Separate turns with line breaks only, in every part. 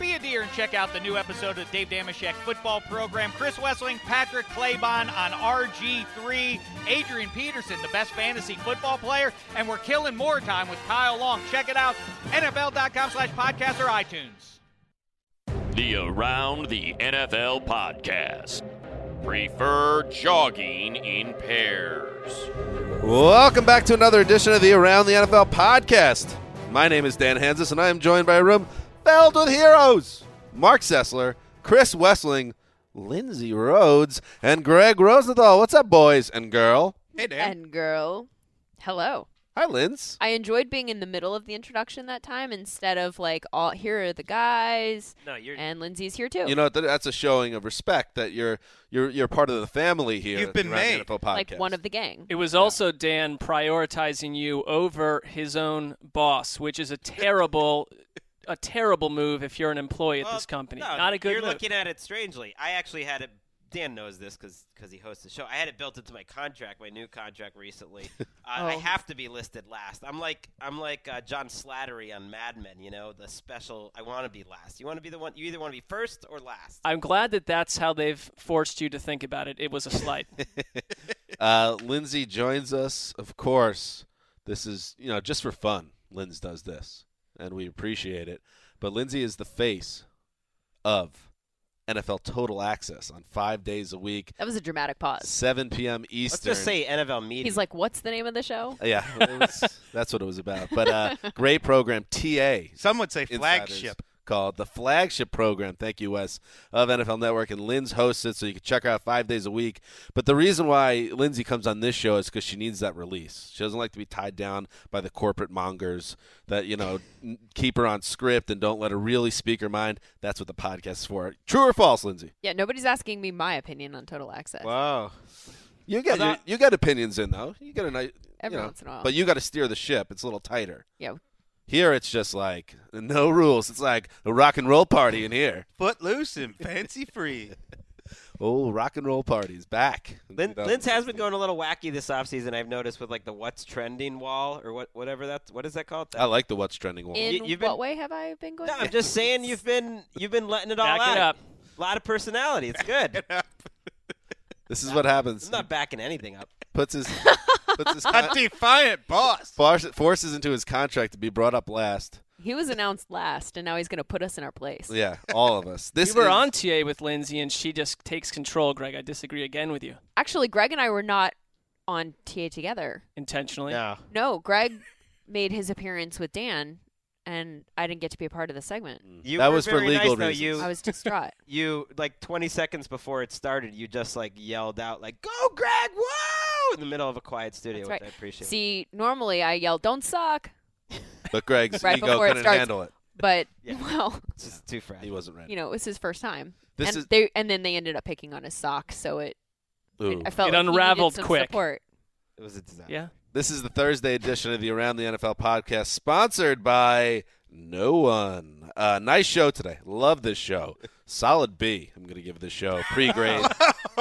Be a deer and check out the new episode of the Dave Damashek football program. Chris Wessling, Patrick Claybon on RG3, Adrian Peterson, the best fantasy football player, and we're killing more time with Kyle Long. Check it out, NFL.com slash podcast or iTunes.
The Around the NFL podcast. Prefer jogging in pairs.
Welcome back to another edition of the Around the NFL podcast. My name is Dan Hansis, and I am joined by a room filled with heroes. Mark Sessler, Chris Wessling, Lindsey Rhodes, and Greg Rosenthal. What's up, boys and girl?
Hey, Dan. And girl. Hello.
Hi, Linz.
I enjoyed being in the middle of the introduction that time instead of like, all here are the guys. No, you're and Lindsey's here too.
You know that's a showing of respect that you're you're you're part of the family here.
You've been made
like one of the gang.
It was also Dan prioritizing you over his own boss, which is a terrible a terrible move if you're an employee well, at this company.
No,
Not a good.
You're
move.
looking at it strangely. I actually had it. Dan knows this because he hosts the show. I had it built into my contract, my new contract recently. uh, oh. I have to be listed last. I'm like I'm like uh, John Slattery on Mad Men. You know the special. I want to be last. You want to be the one. You either want to be first or last.
I'm glad that that's how they've forced you to think about it. It was a slight.
uh, Lindsay joins us, of course. This is you know just for fun. Linz does this and we appreciate it. But Lindsay is the face of NFL Total Access on five days a week.
That was a dramatic pause.
7 p.m. Eastern.
Let's just say NFL media.
He's like, "What's the name of the show?"
Yeah, was, that's what it was about. But uh, great program, TA.
Some would say flagship.
Called the flagship program. Thank you, Wes, of NFL Network, and Lynn's hosts it, so you can check her out five days a week. But the reason why Lindsay comes on this show is because she needs that release. She doesn't like to be tied down by the corporate mongers that you know keep her on script and don't let her really speak her mind. That's what the podcast is for. True or false, Lindsay?
Yeah, nobody's asking me my opinion on Total Access.
Wow. You got you, you got opinions in though. You got a nice
every
you know,
once in a while,
but you got to steer the ship. It's a little tighter.
Yeah,
here it's just like no rules. It's like a rock and roll party in here.
Foot loose and fancy free.
oh, rock and roll parties back.
Lin- Linz has been going a little wacky this offseason. I've noticed with like the what's trending wall or what whatever that's what is that called? That
I like the what's trending wall.
In you, what been, way have I been going?
No, I'm just saying you've been you've been letting it all
Back
out.
It up.
A lot of personality. It's good. It
this is what happens.
I'm not backing anything up.
Puts his puts his
con- defiant boss
forces into his contract to be brought up last.
He was announced last, and now he's going to put us in our place.
Yeah, all of us.
This we were is- on TA with Lindsay, and she just takes control. Greg, I disagree again with you.
Actually, Greg and I were not on TA together
intentionally.
No,
no. Greg made his appearance with Dan, and I didn't get to be a part of the segment.
Mm.
You
that was
for
legal
nice, though,
reasons.
You,
I was distraught.
you like 20 seconds before it started, you just like yelled out like "Go, Greg! Whoa!" in the middle of a quiet studio,
That's right.
I appreciate.
See, normally I yell "Don't suck,"
But Greg's
right
ego
before it
couldn't
starts.
handle it.
but
Yeah.
well,
it's just too fresh.
He wasn't ready.
you know, it was his first time.
This
and
is-
they and then they ended up picking on his sock, so it,
Ooh.
I felt
It
like he needed
unraveled
some
quick.
Support.
It was a disaster.
Yeah.
This is the Thursday edition of the Around the NFL podcast, sponsored by no one. Uh, nice show today. Love this show. Solid B. I'm going to give this show pre grade.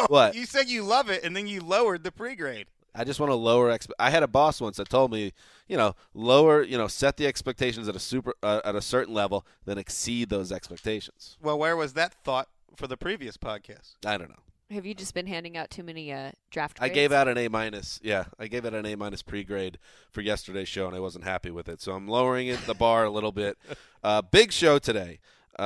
what?
You said you love it, and then you lowered the pre-grade.
I just want to lower exp- I had a boss once that told me, you know, lower, you know, set the expectations at a super uh, at a certain level, then exceed those expectations.
Well, where was that thought for the previous podcast?
I don't know.
Have you just been handing out too many uh, draft?
I
grades?
gave out an A minus. Yeah, I gave out an A minus pre grade for yesterday's show, and I wasn't happy with it. So I'm lowering it the bar a little bit. Uh, big show today.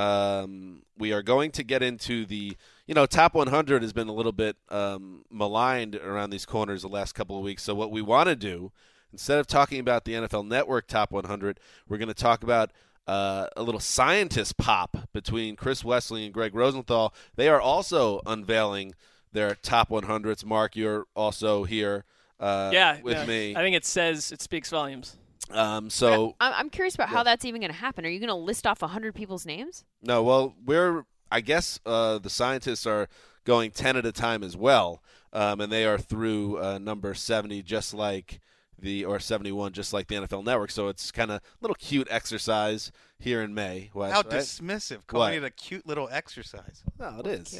Um, we are going to get into the you know top 100 has been a little bit um, maligned around these corners the last couple of weeks. So what we want to do instead of talking about the NFL Network top 100, we're going to talk about uh, a little scientist pop between Chris Wesley and Greg Rosenthal. They are also unveiling their top 100s. Mark, you're also here uh,
yeah,
with
yeah.
me.
I think it says it speaks volumes.
Um, so
I'm, I'm curious about
Yeah.
how that's even going to happen. Are you going to list off 100 people's names?
no, well, we're I guess uh, the scientists are going 10 at a time as well, um, and they are through uh, number 70, just like the or 71, just like the NFL Network. So it's kind of a little cute exercise here in May. Wes,
How
right?
dismissive, calling
What?
it a cute little exercise.
No, it is.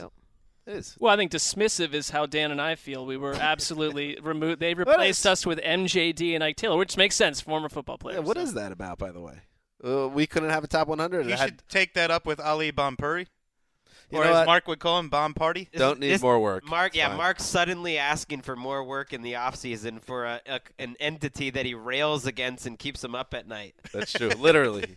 It is.
Well, I think dismissive is how Dan and I feel. We were absolutely removed. They replaced us with MJD and Ike Taylor, which makes sense, former football player.
Yeah, what is that about, by the way? Uh, we couldn't have a top 100.
You
I had-
should take that up with Ali Bompuri,
You
or
know
as
what?
Mark would call him, Bomb Party.
Don't need
This-
more work.
Mark, yeah,
Fine.
Mark's suddenly asking for more work in the offseason for a, a, an entity that he rails against and keeps him up at night.
That's true. Literally.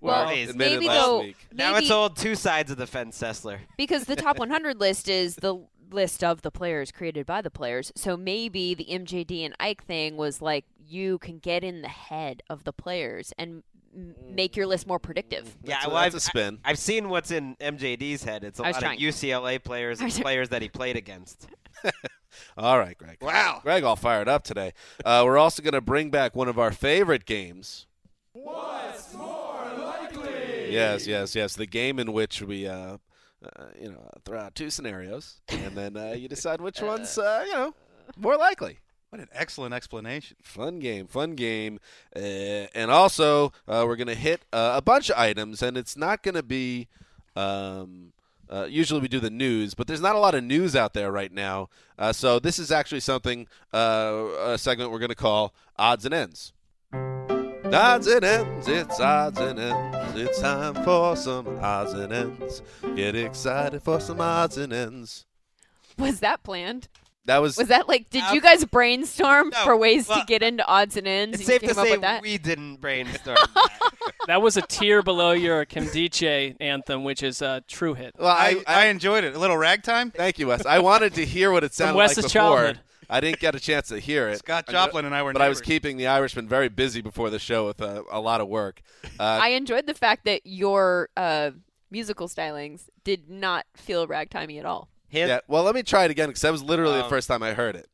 Well,
Days.
admitted
maybe
last
though.
week.
Now
maybe-
it's all two sides of the fence, Sessler.
because the top 100 list is the list of the players created by the players. So maybe the MJD and Ike thing was like you can get in the head of the players and m- make your list more predictive.
Yeah,
That's a-
well,
that's
I've,
a spin.
I, have seen what's in MJD's head. It's a
I was
lot
trying.
of UCLA players and players that he played against.
All right, Greg.
Wow.
Greg all fired up today. Uh, we're also going to bring back one of our favorite games. What's more likely? Yes, yes, yes. The game in which we, uh, uh, you know, throw out two scenarios, and then uh, you decide which one's, uh, you know, more likely.
What an excellent explanation.
Fun game, fun game. Uh, and also, uh, we're going to hit uh, a bunch of items, and it's not going to be. Um, uh, usually we do the news, but there's not a lot of news out there right now. Uh, so this is actually something, uh, a segment we're going to call Odds and Ends. Odds and ends, it's odds and ends. It's time for some odds and ends. Get excited for some odds and ends.
Was that planned?
That was,
Was that like did
Uh,
you guys brainstorm
no,
for ways
well,
to get into odds and ends?
It's
and
safe
you
to
came up
say
with that?
we didn't brainstorm. that.
That was a tier below your Kimdiche anthem, which is a true hit.
well,
I, I, enjoyed it. A little ragtime.
Thank you, Wes. I wanted to hear what it sounded like
Wes's
before.
childhood.
I didn't get a chance to hear it.
Scott
I knew-
Joplin and I were.
but I was
neighbors.
keeping the Irishman very busy before the show with uh, a lot of work. Uh,
I enjoyed the fact that your uh, musical stylings did not feel ragtimey at all.
Him,
yeah, well, let me try it again because that was literally the
Um.
first time I heard it.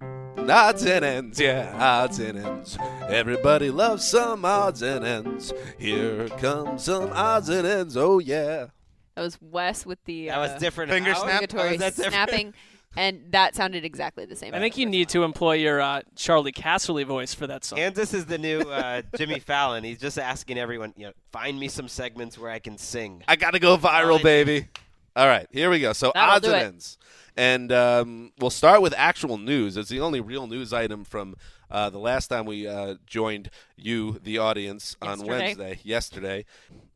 Odds and ends, yeah, odds and ends. Everybody loves some odds and ends. Here comes some odds and ends, oh yeah.
That was Wes with the
that
uh,
was different.
Finger
How?
snap?
How
obligatory
is that different?
snapping, and that sounded exactly the same.
I think you need to employ your uh, Charlie Casserly voice for that song.
Kansas is the new uh, Jimmy Fallon. He's just asking everyone, you know, find me some segments where I can sing.
I gotta go viral,
Fine.
baby. All right, here we go. So
That'll
odds
do
and
it.
ends, and um, we'll start with actual news. It's the only real news item from uh, the last time we uh, joined you, the audience, on
Yesterday.
Wednesday yesterday.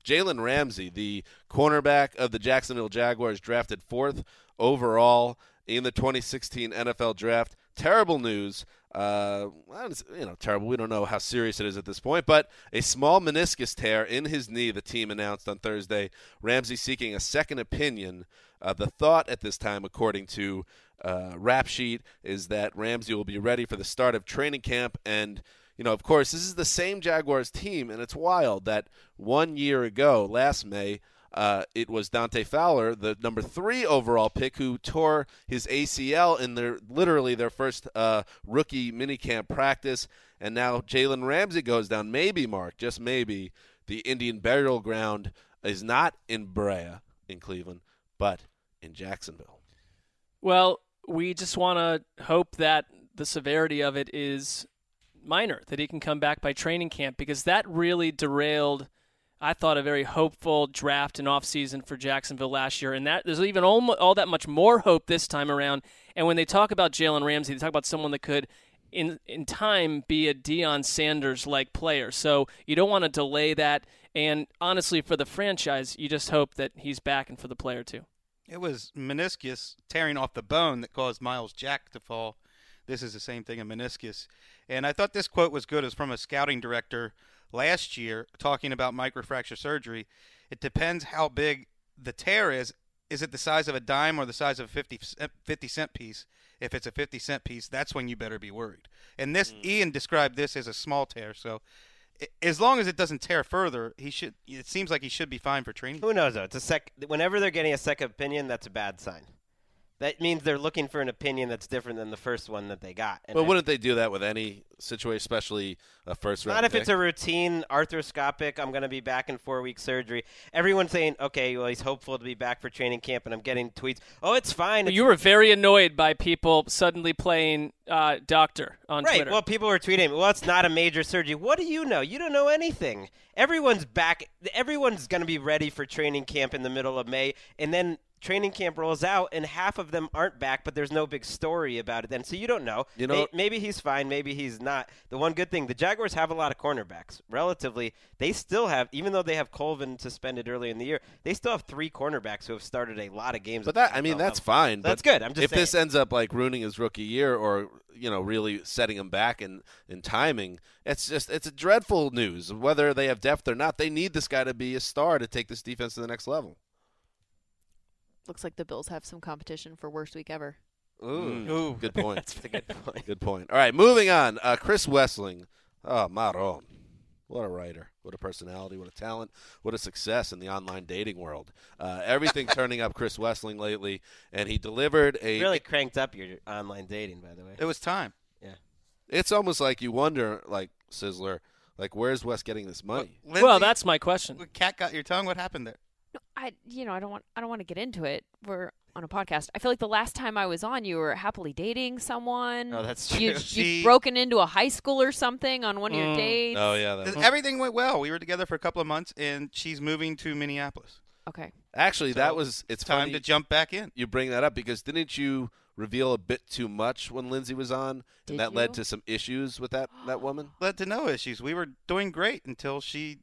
Jalen Ramsey, the cornerback of the Jacksonville Jaguars, drafted fourth overall in the 2016 NFL Draft. Terrible news. Uh, well, it's, you know, terrible. We don't know how serious it is at this point, but a small meniscus tear in his knee. The team announced on Thursday. Ramsey seeking a second opinion. Uh, the thought at this time, according to uh, Rap Sheet, is that Ramsey will be ready for the start of training camp and you know, of course, this is the same Jaguars team, and it's wild that one year ago, last May, uh, it was Dante Fowler, the number three overall pick, who tore his ACL in their literally their first uh, rookie minicamp practice, and now Jalen Ramsey goes down. Maybe Mark, just maybe, the Indian burial ground is not in Brea in Cleveland, but in Jacksonville.
Well, we just want to hope that the severity of it is minor, that he can come back by training camp, because that really derailed, I thought, a very hopeful draft and offseason for Jacksonville last year. And that there's even all, all that much more hope this time around. And when they talk about Jalen Ramsey, they talk about someone that could in in time be a Dion Sanders like player. So you don't want to delay that. And honestly, for the franchise, you just hope that he's back and for the player too.
It was meniscus tearing off the bone that caused Miles Jack to fall. This is the same thing, a meniscus. And I thought this quote was good. It was from a scouting director last year talking about microfracture surgery. It depends how big the tear is. Is it the size of a dime or the size of a 50, cent- 50 cent piece? If it's a 50 cent piece, that's when you better be worried. And this, Ian described this as a small tear. So i- as long as it doesn't tear further, he should, it seems like he should be fine for training.
Who knows though? It's a sec. Whenever they're getting a second opinion, that's a bad sign. That means they're looking for an opinion that's different than the first one that they got. And
But
I-
wouldn't they do that with any situation, especially a first round?
Not if it's a
pick?
routine arthroscopic. I'm going to be back in four week surgery. Everyone's saying, okay, well, he's hopeful to be back for training camp, and I'm getting tweets. Oh, it's fine.
You were very annoyed by people suddenly playing uh, doctor on
right.
Twitter.
Well, people were tweeting, well, it's not a major surgery. What do you know? You don't know anything. Everyone's back. Everyone's going to be ready for training camp in the middle of May, and then training camp rolls out, and half of them aren't back, but there's no big story about it then. So you don't know.
You
May-
know-
maybe he's fine. Maybe he's not. The one good thing, the Jaguars have a lot of cornerbacks. Relatively, they still have, even though they have Colvin suspended early in the year, they still have three cornerbacks who have started a lot of games.
But
at
that
the
I mean
NFL
that's
level.
fine.
Oh, um, That's
but
good. I'm just
if
saying.
this ends up like ruining his rookie year or you know really setting him back in in timing, it's just it's a dreadful news. Whether they have depth or not, they need this guy to be a star to take this defense to the next level.
Looks like the Bills have some competition for worst week ever.
Mm, good point.
That's a good point.
Good point. All right, moving on. Uh, Chris Wessling. Oh, Maron. What a writer. What a personality. What a talent. What a success in the online dating world. Uh, everything turning up Chris Wessling lately, and he delivered a.
really cranked up your online dating, by the way.
It was time.
Yeah.
It's almost like you wonder, like Sizzler, like where's Wes getting this money?
well, that's my question.
Cat got your tongue. What happened there?
I you know I don't want I don't want to get into it. We're on a podcast. I feel like the last time I was on, you were happily dating someone.
Oh, that's
You
true. Mm.
you
See?
broken into a high school or something on one of your dates.
Oh,
Oh, Uh-huh.
Th- Everything went well. We were together for a couple of months, and she's moving to Minneapolis.
Okay.
Actually,
So,
that was it's
time
funny
to jump back in.
You bring that up because didn't you reveal a bit too much when Lindsay was on,
Did
and that led
you?
to some issues with that that woman?
Led to no issues. We were doing great until she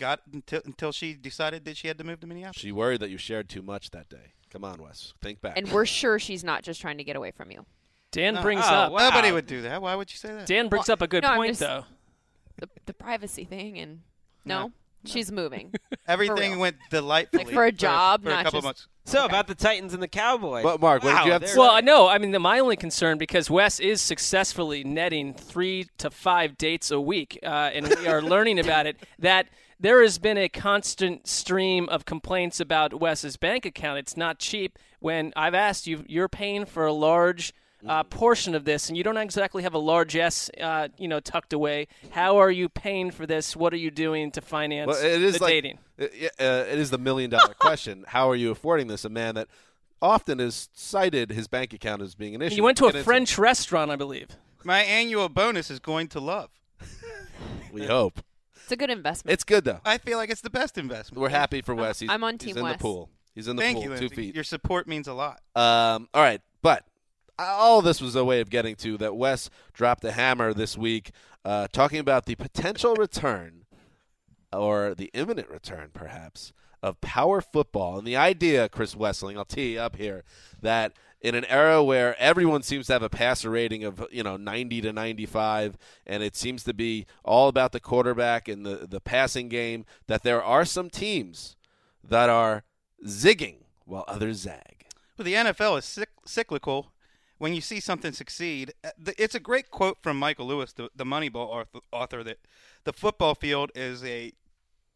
got until, until she decided that she had to move to Minneapolis.
She worried that you shared too much that day. Come on, Wes, think back.
And we're sure she's not just trying to get away from you.
Dan
No.
brings
Oh,
up.
wow. Nobody would do that. Why would you say that?
Dan brings up a good
No, I'm
point
just-
though.
The the privacy thing and
No.
no, she's moving.
Everything
real.
went delightfully.
Like for a job,
for, a
not
couple
just-
months.
So about the Titans and the Cowboys.
But, Mark, what did you have to
there-
Well, I know. I mean, the, my only concern because Wes is successfully netting three to five dates a week, uh, and we are learning about it that there has been a constant stream of complaints about Wes's bank account. It's not cheap. When I've asked you, you're paying for a large. Uh,
Mm-hmm.
portion of this, and you don't exactly have a large S, uh, you know, tucked away. How are you paying for this? What are you doing to finance
Well, it is
the
like
dating?
it- uh, it is the million dollar question. How are you affording this? A man that often is cited his bank account as being an issue.
You went to
We'll
a
get into
French restaurant, I believe.
My annual bonus is going to love.
it. We hope
It's a good investment.
it's good though.
I feel like it's the best investment.
We're happy for Wes. He's,
Uh, I'm on
he's
Team
in
Wes.
the pool. He's in the
Thank
pool.
you,
two
Lindsay.
feet.
Your support means a lot.
Um, all right, but all this was a way of getting to that. Wes dropped the hammer this week, uh, talking about the potential return, or the imminent return, perhaps, of power football, and the idea, Chris Wessling, I'll tee you up here, that in an era where everyone seems to have a passer rating of you know 90 to 95 and it seems to be all about the quarterback and the, the passing game that there are some teams that are zigging while others zag
Well, the NFL is cyc- cyclical. When you see something succeed, uh, th- it's a great quote from Michael Lewis, the, the Moneyball author, author, that the football field is a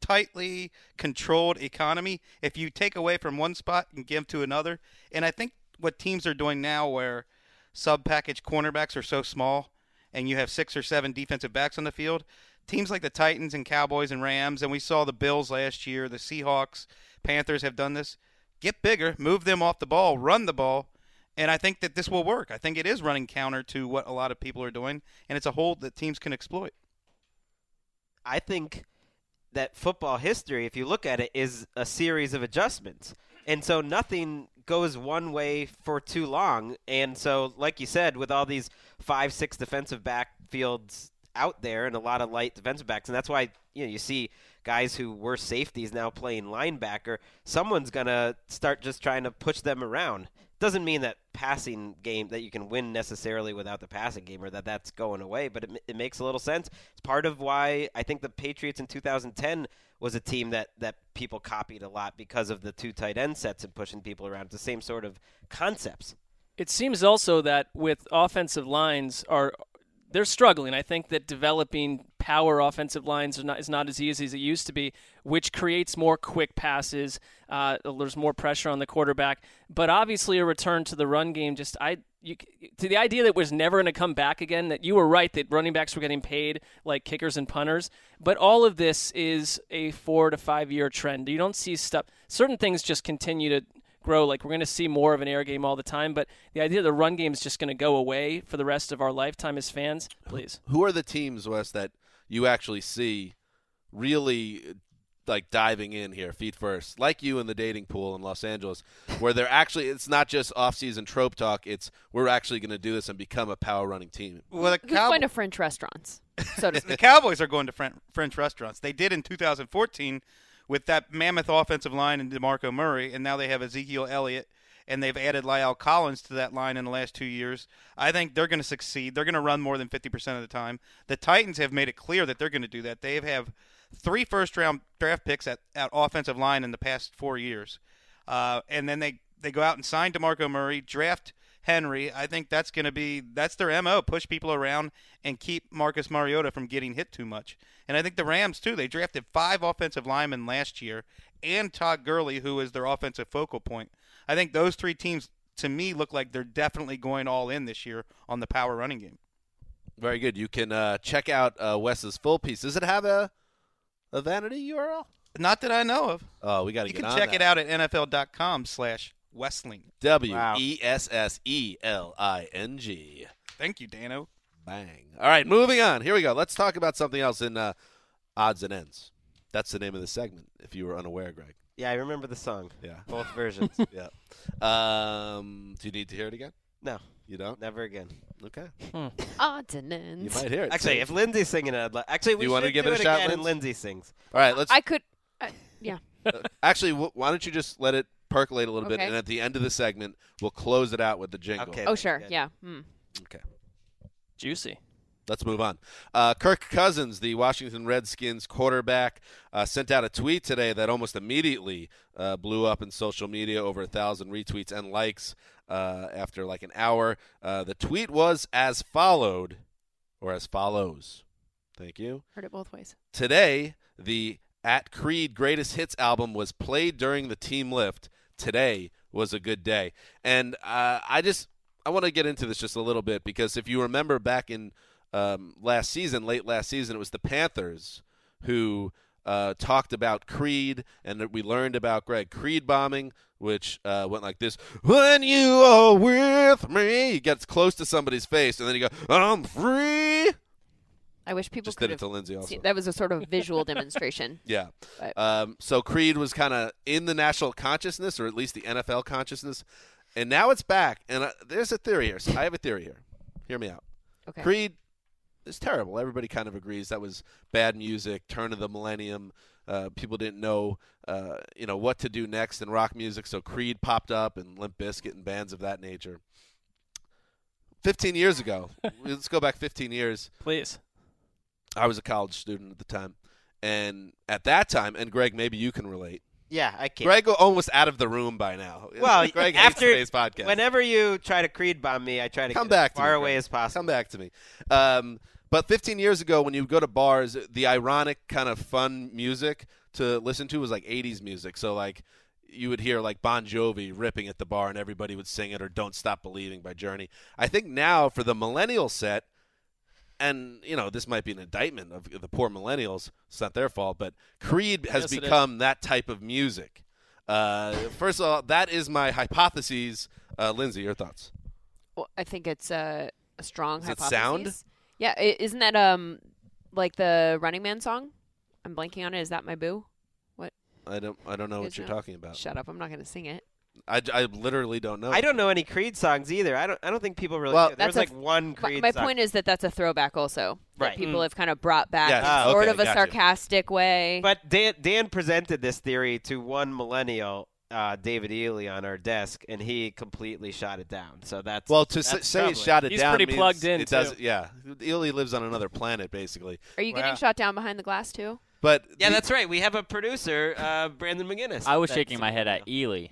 tightly controlled economy. If you take away from one spot and give to another, and I think what teams are doing now, where sub-package cornerbacks are so small, and you have six or seven defensive backs on the field, teams like the Titans and Cowboys and Rams, and we saw the Bills last year, the Seahawks, Panthers have done this. Get bigger, move them off the ball, run the ball, And I think that this will work. I think it is running counter to what a lot of people are doing, and it's a hole that teams can exploit.
I think that football history, if you look at it, is a series of adjustments. And so nothing goes one way for too long. And so, like you said, with all these five, six defensive backfields out there and a lot of light defensive backs, and that's why you know you see guys who were safeties now playing linebacker. Someone's gonna start just trying to push them around. Doesn't mean that passing game that you can win necessarily without the passing game or that that's going away, but it, ma- it makes a little sense. It's part of why I think the Patriots in 2010 was a team that that people copied a lot because of the two tight end sets and pushing people around. It's the same sort of concepts.
It seems also that with offensive lines are they're struggling. I think that developing power offensive lines is not, is not as easy as it used to be, which creates more quick passes. Uh, there's more pressure on the quarterback, but obviously a return to the run game. Just I you, to the idea that it was never going to come back again. That you were right that running backs were getting paid like kickers and punters, but all of this is a four to five year trend. You don't see stuff. Certain things just continue to grow. Like we're going to see more of an air game all the time, but the idea the run game is just going to go away for the rest of our lifetime as fans, please.
Who are the teams, Wes, that you actually see really like diving in here feet first, like you in the dating pool in Los Angeles, where they're actually it's not just off-season trope talk. It's we're actually going to do this and become a power running team.
Well, the,
Who's
Cowboy-
going to French restaurants? So to
the
speak.
Cowboys are going to French, French restaurants. They did in 2014 with that mammoth offensive line and DeMarco Murray, and now they have Ezekiel Elliott, and they've added Lyle Collins to that line in the last two years. I think they're going to succeed. They're going to run more than 50% of the time. The Titans have made it clear that they're going to do that. They have three first round draft picks at, at offensive line in the past four years. Uh, and then they, they go out and sign DeMarco Murray, draft Henry. I think that's going to be that's their mo. Push people around and keep Marcus Mariota from getting hit too much. And I think the Rams too. They drafted five offensive linemen last year and Todd Gurley, who is their offensive focal point. I think those three teams to me look like they're definitely going all in this year on the power running game.
Very good. You can uh, check out uh, Wes's full piece. Does it have a a vanity URL?
Not that I know of.
Oh, we got to
You
get
can
on
check
that.
it out at NFL.com/slash Westling.
W e s s e l i n g.
Thank you, Dano.
Bang. All right, moving on. Here we go. Let's talk about something else in uh, odds and ends. That's the name of the segment. If you were unaware, Greg.
Yeah, I remember the song.
Yeah.
Both versions.
yeah. Um, do you need to hear it again?
No.
You don't?
Never again.
Okay.
Odds and ends.
You might hear it.
Actually,
too.
if Lindsay's singing it, I'd li- actually we
you
should
want to give
do
it a shot,
again.
Lindsay?
And Lindsay sings.
All right, let's.
I could. I yeah.
uh, actually, wh- why don't you just let it percolate a little bit,
Okay.
and at the end of the segment, we'll close it out with the jingle.
Okay.
Oh sure. Yeah.
Hmm.
Mm.
Okay.
Juicy.
Let's move on. Uh, Kirk Cousins, the Washington Redskins quarterback, uh, sent out a tweet today that almost immediately uh, blew up in social media, over a thousand retweets and likes uh, after like an hour. Uh, the tweet was as followed, or as follows. Thank you.
Heard it both ways.
Today, the At Creed Greatest Hits album was played during the team lift. Today was a good day. And uh, I just, I want to get into this just a little bit because if you remember back in um, last season, late last season, it was the Panthers who uh, talked about Creed and that we learned about Greg Creed bombing, which uh, went like this When you are with me, he gets close to somebody's face and then you go, I'm free.
I wish people
Just
could
did
have
it to Lindsay also.
seen- That was a sort of visual demonstration.
Yeah.
But-
Um, so Creed was kind of in the national consciousness, or at least the NFL consciousness, and now it's back. And uh, there's a theory here. So I have a theory here. Hear me out.
Okay.
Creed is terrible. Everybody kind of agrees that was bad music, turn of the millennium. Uh, people didn't know, uh, you know, what to do next in rock music. So Creed popped up, and Limp Bizkit, and bands of that nature. Fifteen years ago, let's go back fifteen years.
Please.
I was a college student at the time, and at that time, and Greg, maybe you can relate.
Yeah, I can't.
Greg almost out of the room by now.
Well,
Greg
after
hates today's podcast.
whenever you try to creed bomb me, I try to
Come
get
back
as
to
far
me,
away
Greg.
as possible.
Come back to me. Um, but 15 years ago, when you go to bars, the ironic kind of fun music to listen to was like 80s music. So like you would hear like Bon Jovi ripping at the bar, and everybody would sing it, or "Don't Stop Believing" by Journey. I think now for the millennial set, and you know this might be an indictment of the poor millennials. It's not their fault, but Creed has
Yes, it is.
become that type of music. Uh, first of all, that is my hypotheses Uh, Lindsay, your thoughts?
Well, I think it's a, a strong
Is it
hypothesis.
sound?
Yeah, i- isn't that um like the Running Man song? I'm blanking on it. Is that my boo? What?
I don't. I don't know
you
what
guys
you're talking about.
Shut up! I'm not going to sing it.
I, I literally don't know.
I don't know any Creed songs either. I don't. I don't think people really.
Well,
Well, there's like
that's a-
one
My-
Creed.
my
song.
point is that that's a throwback also that
Right.
people
Mm.
have kind of brought back
Yes.
in
Ah,
sort
okay,
of a
gotcha.
sarcastic way.
But Dan Dan presented this theory to one millennial, uh, David Ely, on our desk, and he completely shot it down. So that's
Well, to s-
that's
say
troubling.
it shot it down means It does. Yeah, Ely lives on another planet, basically.
Are you getting shot down behind the glass too?
But
Yeah, that's right. We have a producer, uh, Brandon McGinnis.
I was
That's-
shaking my head at Ely.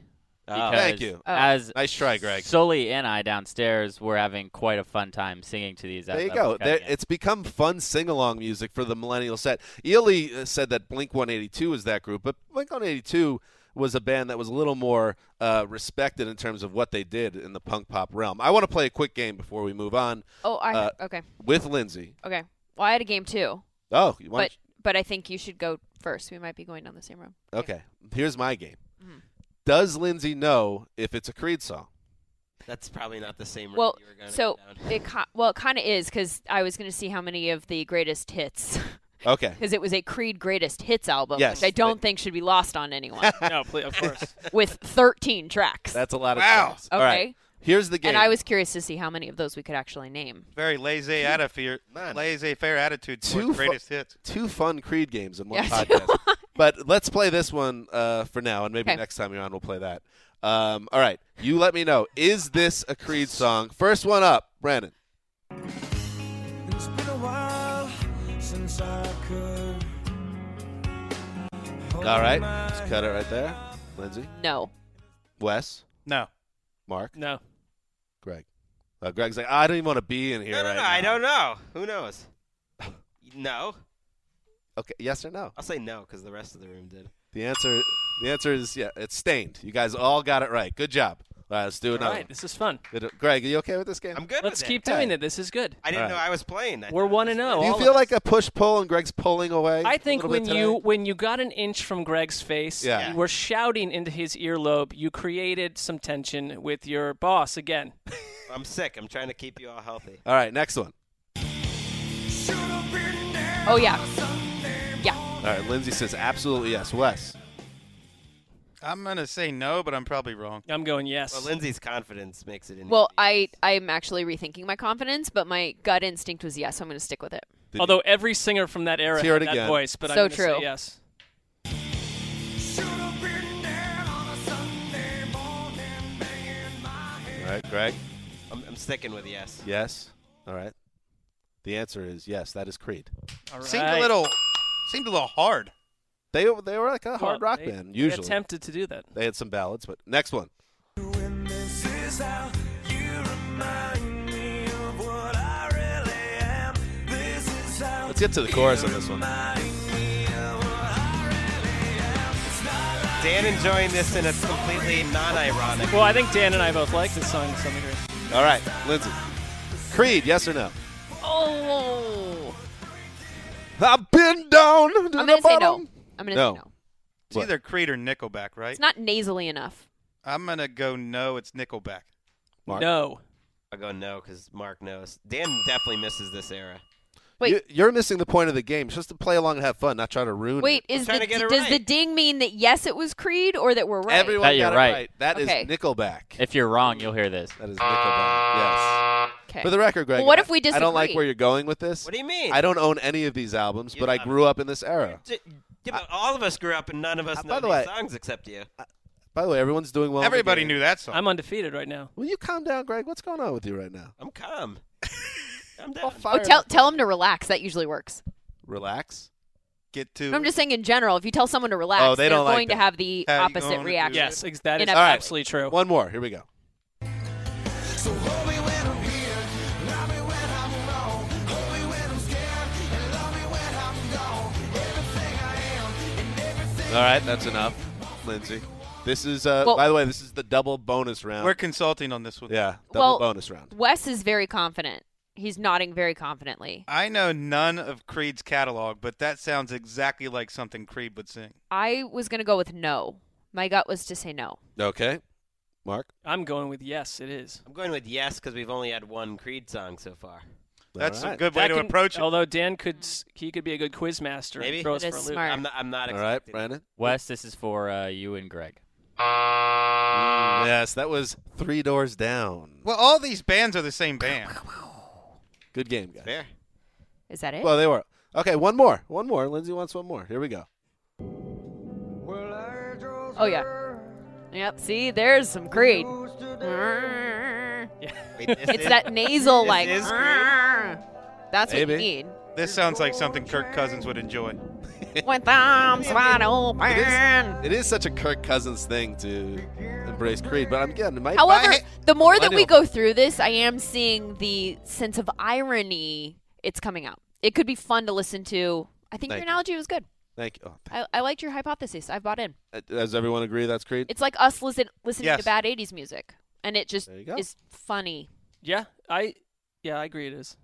Oh.
because
Thank you. Oh.
As
nice try, Greg.
Sully and I downstairs were having quite a fun time singing to these. as
There you
I
go.
was
There,
cutting it.
it's become fun sing-along music for the millennial set. Ely uh, said that Blink 182 was that group, but Blink 182 was a band that was a little more uh, respected in terms of what they did in the punk pop realm. I want to play a quick game before we move on.
Oh, I
uh,
okay.
with Lindsay.
Okay. Well, I had a game too,
Oh, you
but
want?
but I think you should go first. We might be going down the same road.
okay.
Mm-hmm.
Here's my game. Does Lindsay know if it's a Creed song?
That's probably not the same.
Well,
route you were gonna
so
go down.
it ki- well it kind of is because I was going to see how many of the greatest hits.
Okay.
Because it was a Creed greatest hits album,
Yes.
which I don't think should be lost on anyone.
no, please, of course.
With 13 tracks.
That's a lot of songs.
Okay.
All right. Here's the game.
And I was curious to see how many of those we could actually name.
Very laissez attitude, laissez faire attitude
Two
towards
fu-
greatest hits.
Two fun Creed games in one
Yeah, two
podcast. but let's play this one uh, for now, and maybe
Okay.
next time you're on, we'll play that. Um, all right, you let me know. Is this a Creed song? First one up, Brandon.
It's been a while since I could.
All right, just cut it right there. Lindsay.
No.
Wes.
No.
Mark.
No.
Greg. Uh, Greg's like, I don't even want to be in here
no, no,
right
no.
now.
I don't know. Who knows? No.
Okay. Yes or no?
I'll say no because the rest of the room did.
The answer. The answer is yeah. It's stained. You guys all got it right. Good job. All right, let's do another.
right,
one.
this is fun.
Good- Greg, are you okay with this game?
I'm good.
Let's
with
keep
it.
doing it. This is good.
I didn't
All right.
know I was playing. I
We're one and zero.
oh.
Do you
all
feel
of us.
like a push pull and Greg's pulling away?
I
a
think
little
when
bit
you
today?
when you got an inch from Greg's face,
Yeah.
you were shouting into his earlobe. You created some tension with your boss again.
I'm sick. I'm trying to keep you all healthy.
All right, next one.
Oh, yeah. Yeah.
All right, Lindsay says absolutely yes. Wes.
I'm gonna say no, but I'm probably wrong.
I'm going yes.
Well, Lindsay's confidence makes it in.
Well, I I'm actually rethinking my confidence, but my gut instinct was yes. I'm going to stick with it.
Did
Although every singer from that era
Let's hear
had
it
that
again.
voice, but
So
I'm gonna say
true.
yes.
All right, Greg.
I'm, I'm sticking with yes.
Yes. All right. The answer is yes. That is Creed.
All
Seemed a
right.
little, seemed a little hard.
They they were like a hard
Well,
rock
they-
band
they
usually.
attempted to do that.
They had some ballads, but next one. Let's get to the chorus on this one.
Dan enjoying this in a completely non-ironic.
Well, I think Dan and I both like this song to some degree.
All right, Lindsay. Creed, yes or no?
Oh.
I've been down to
I'm
the
gonna say
bottom.
no. I'm going to
No.
say no.
It's either Creed or Nickelback, right?
It's not nasally enough.
I'm gonna go no. It's Nickelback.
Mark?
No.
I go no because Mark knows. Dan definitely misses this era.
Wait. You're missing the point of the game. It's just to play along and have fun, not try to ruin
Wait,
it.
is
trying
the
to get it
does the
right.
ding mean that yes, it was Creed, or that we're right?
Everyone
That you're
got it
right.
right. That is
Okay.
Nickelback.
If you're wrong, you'll hear this.
That is Nickelback. Yes.
Okay.
For the record, Greg.
Well, what if we
I don't like
disagree?
where you're going with this.
What do you mean?
I don't own any of these albums, but I grew up in this era.
J- yeah, but all of us grew up and
Uh,
none of us know
by the
these
way-
songs except you.
By the way, everyone's doing well. in the
Everybody
game.
knew that song.
I'm undefeated right now.
Will you calm down, Greg? What's going on with you right now?
I'm calm. I'm down.
Oh, tell tell him to relax. That usually works.
Relax.
Get to.
No, I'm just saying in general, if you tell someone to relax,
Oh, they
are
don't like
going to
that.
have the
How you
opposite
gonna do
reaction.
Yes, ex- that
in
is
a-
absolutely true.
One more. Here we go. All right, that's enough, Lindsay. This is, uh,
Well-
by the way, this is the double bonus round.
We're consulting on this one.
yeah, double
well,
bonus round.
Wes is very confident. He's nodding very confidently.
I know none of Creed's catalog, but that sounds exactly like something Creed would sing.
I was going to go with no. My gut was to say no.
Okay, Mark?
I'm going with yes, it is.
I'm going with yes because we've only had one Creed song so far.
That's a good way to approach it.
Although Dan could s- he could be a good quiz master.
Maybe.
and throw us
That
for a
is
loop.
smart. I'm not- I'm not All right, expecting it. Brandon?
Wes, this is for uh, you and Greg.
Mm, yes, that was Three Doors Down.
Well, all these bands are the same band.
Good game, guys.
Fair.
Is that it?
Well, they were. Okay, one more. One more. Lindsay wants one more. Here we go.
Oh yeah. Yep. See, there's some Creed.
Wait, this
it's
is-
that nasal
this
like.
is Creed?
That's what you need.
This sounds like something Kirk Cousins would enjoy.
With arms wide open.
It is such a Kirk Cousins thing to embrace Creed, but I'm getting it might.
However,
might-
the more
might
that
do
we
it.
go through this, I am seeing the sense of irony. It's coming out. It could be fun to listen to. I
Thank
think your
you.
analogy was good.
Thank you.
I, I liked your hypothesis. I've bought in.
Oh, does everyone agree that's Creed?
It's like us listen, listening
Yes.
to bad '80s music, and it just
There you go.
is funny.
Yeah, I yeah I agree it is.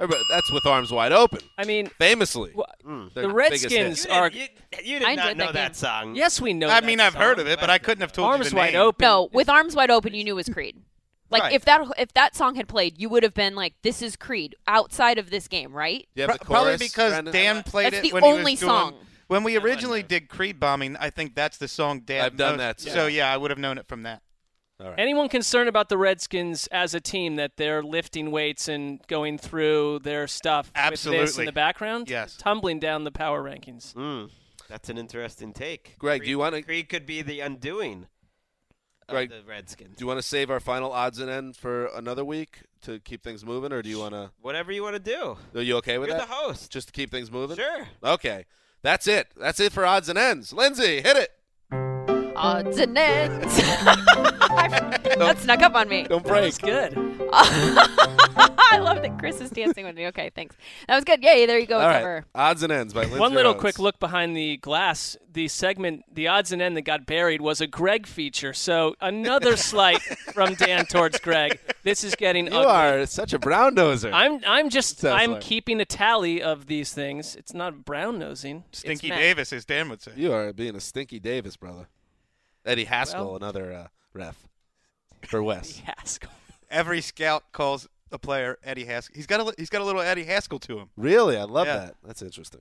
Everybody, that's with arms wide open.
I mean,
famously,
Mm,
Their
the
biggest hit.
Redskins are.
You did not know that, song.
Yes, we know.
I
that
mean, I've
song.
heard of it, but I couldn't have told you
Arms
the
wide
name.
open.
No, with arms wide open, you knew it was Creed. Like
Right.
if that if that song had played, you would have been like, "This is Creed." Outside of this game, right?
Yeah,
Pro- probably because Dan played
That's
it
the
when he
only
was doing-
song.
When we originally did Creed bombing, I think that's the song Dan.
I've done
most-
that,
So
yeah.
yeah, I would have known it from that.
Anyone concerned about the Redskins as a team that they're lifting weights and going through their stuff with this in
Absolutely.
the background?
Yes. Mm.
Tumbling down the power rankings.
That's an interesting take.
Greg, do you want to?
Creed could be the undoing of
Greg,
the Redskins.
Do you want to save our final odds and end for another week to keep things moving, or do you want to?
Whatever you want to do.
Are you okay with
You're
that?
the host.
Just to keep things moving.
Sure.
Okay, that's it. That's it for odds and ends. Lindsay, hit it.
Odds and ends. that snuck up on me.
Don't break. That's
good.
I love that Chris is dancing with me. Okay, thanks. That was good. Yay, there you go.
All
Trevor.
right, odds and ends by Lindsay.
One little
Rhodes.
quick look behind the glass. The segment, the odds and end that got buried, was a Greg feature. So another slight from Dan towards Greg. This is getting
You
ugly.
are such a brown noser.
I'm I'm just
Sounds
I'm
like-
keeping a tally of these things. It's not brown nosing. It's
Stinky
math.
Davis, as Dan would say.
You are being a stinky Davis, brother. Eddie Haskell,
Well-
another uh, ref for Wes.
Haskell.
Every scout calls a player Eddie Haskell. He's got a li- he's got a little Eddie Haskell to him.
Really, I love
Yeah.
that. That's interesting.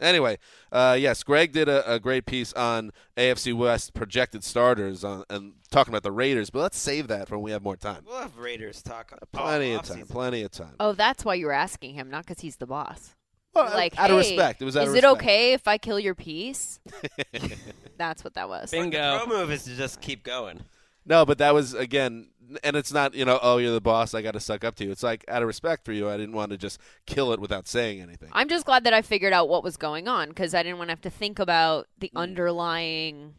Anyway, uh, yes, Greg did a, a great piece on AFC West projected starters on, and talking about the Raiders, but let's save that for when we have more time.
We'll have Raiders talk. all
Plenty of time.
offseason.
Plenty of time.
Oh, that's why you were asking him, not because he's the boss.
Well, uh,
like,
out of
hey,
respect. It was out
is
of
it
respect.
okay if I kill your piece? That's what that was.
The pro move is to just keep going.
No, but that was again, and it's not you know, oh, you're the boss, I got to suck up to you. It's like out of respect for you, I didn't want to just kill it without saying anything.
I'm just glad that I figured out what was going on because I didn't want to have to think about the
Mm.
underlying,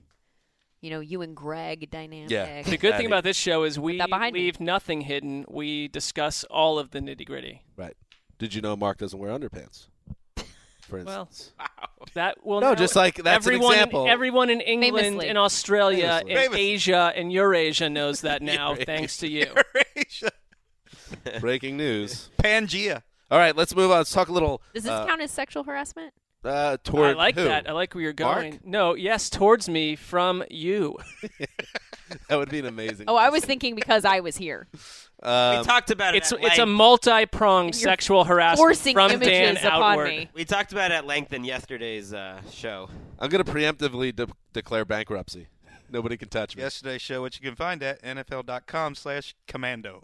you know, you and Greg dynamic.
The good thing about this show is we
behind me.
leave nothing hidden. We discuss all of the nitty gritty.
Right? Did you know Mark doesn't wear underpants? For instance.
Well, that will
No,
now-
just like- that's an
everyone,
example.
Everyone in England,
Famously.
in Australia,
Famously.
in
Famously.
Asia, and Eurasia knows that now, thanks to you.
Breaking news.
Pangea.
All right, let's move on. Let's talk a little.
Does this
uh,
count as sexual harassment?
Uh, toward
I like
who?
that. I like where you're
Mark?
going. No, yes, towards me from you.
That would be an amazing.
Oh, I was thinking because I was here.
Um,
about it
It's
at
it's a
length.
multi-pronged
And you're
sexual harassment
forcing
from
images
Dan
upon
outward.
me. We talked about it at length in yesterday's uh, show.
I'm going to preemptively de- declare bankruptcy. Nobody can touch me.
Yesterday's show, which you can find at nfl.com/commando.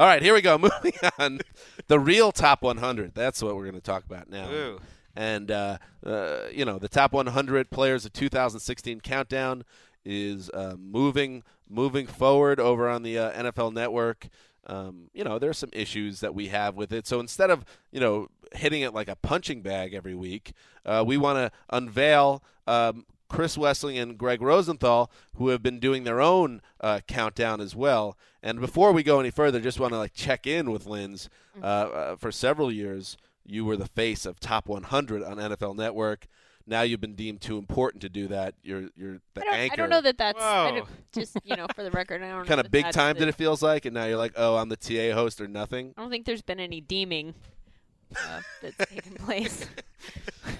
All right, here we go. Moving on. The real top 100. That's what we're going to talk about now.
Ooh.
And, uh, uh, you know, the top 100 players of 2016 countdown is uh, moving moving forward over on the uh, NFL network. Um, you know, there are some issues that we have with it. So instead of, you know, hitting it like a punching bag every week, uh, we want to unveil um, Chris Wessling and Greg Rosenthal, who have been doing their own uh, countdown as well. And before we go any further, just want to like check in with Linz. Uh, uh, for several years, you were the face of Top 100 on NFL Network. Now you've been deemed too important to do that. You're you're the
I don't,
anchor.
I don't know that that's I
Whoa.
don't- just you know for the record. I don't know
kind of
that
big
that's
time
the-
that it feels like, and now you're like, oh, I'm the TA host or nothing.
I don't think there's been any deeming uh, that's taken place.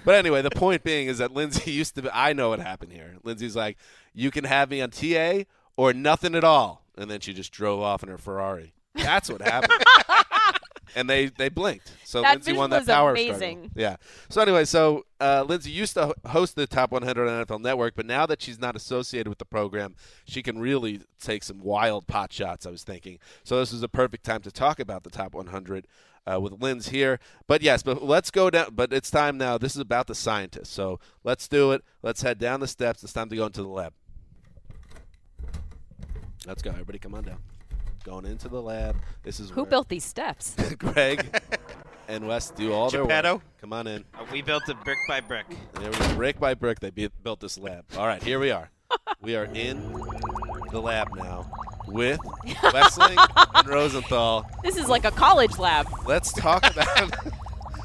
But anyway, the point being is that Lindsay used to. Be, I know what happened here. Lindsay's like, you can have me on TA or nothing at all, and then she just drove off in her Ferrari. That's what happened. and they they blinked. So
That
Lindsay won
visual
that
is
power struggle.
amazing.
Yeah. So anyway, so uh, Lindsay used to ho- host the Top 100 on NFL Network, but now that she's not associated with the program, she can really take some wild pot shots. I was thinking. So this is a perfect time to talk about the Top 100. Uh, with Lynn's here, but yes, but let's go down. But it's time now. This is about the scientists, so let's do it. Let's head down the steps. It's time to go into the lab. Let's go, everybody. Come on down. Going into the lab. This is
Who
where-
built these steps?
Greg and Wes do all their
Geppetto?
work. Come on in.
Uh, we built it brick by brick.
There we go. Brick by brick, they bu- built this lab. All right, here we are. We are in the lab now with Wessling and Rosenthal.
This is like a college lab.
Let's talk about.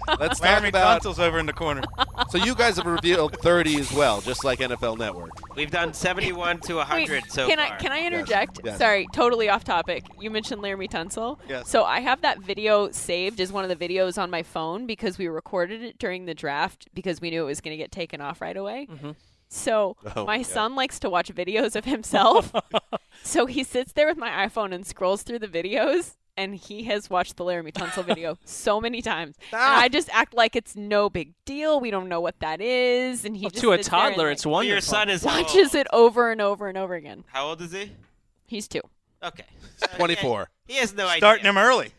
Let's
Laramie
talk about.
Tunsil's over in the corner.
So you guys have revealed 30 as well, just like NFL Network.
We've done 71 to 100
Wait,
so
can
far.
I can I interject?
Yes.
Sorry, totally off topic. You mentioned Laramie Tunsil.
Yes.
So I have that video saved as one of the videos on my phone because we recorded it during the draft because we knew it was going to get taken off right away.
Mm-hmm.
So
Oh,
my
yeah.
son likes to watch videos of himself. so he sits there with my iPhone and scrolls through the videos. And he has watched the Laramie Tunsil video so many times. And
Ah.
I just act like it's no big deal. We don't know what that is. And he just
to a
sits there and,
toddler,
like,
it's wonderful. Your son is how
watches it over and over and over again.
How old is he?
He's two.
Okay.
24.
He has no idea.
Starting him early.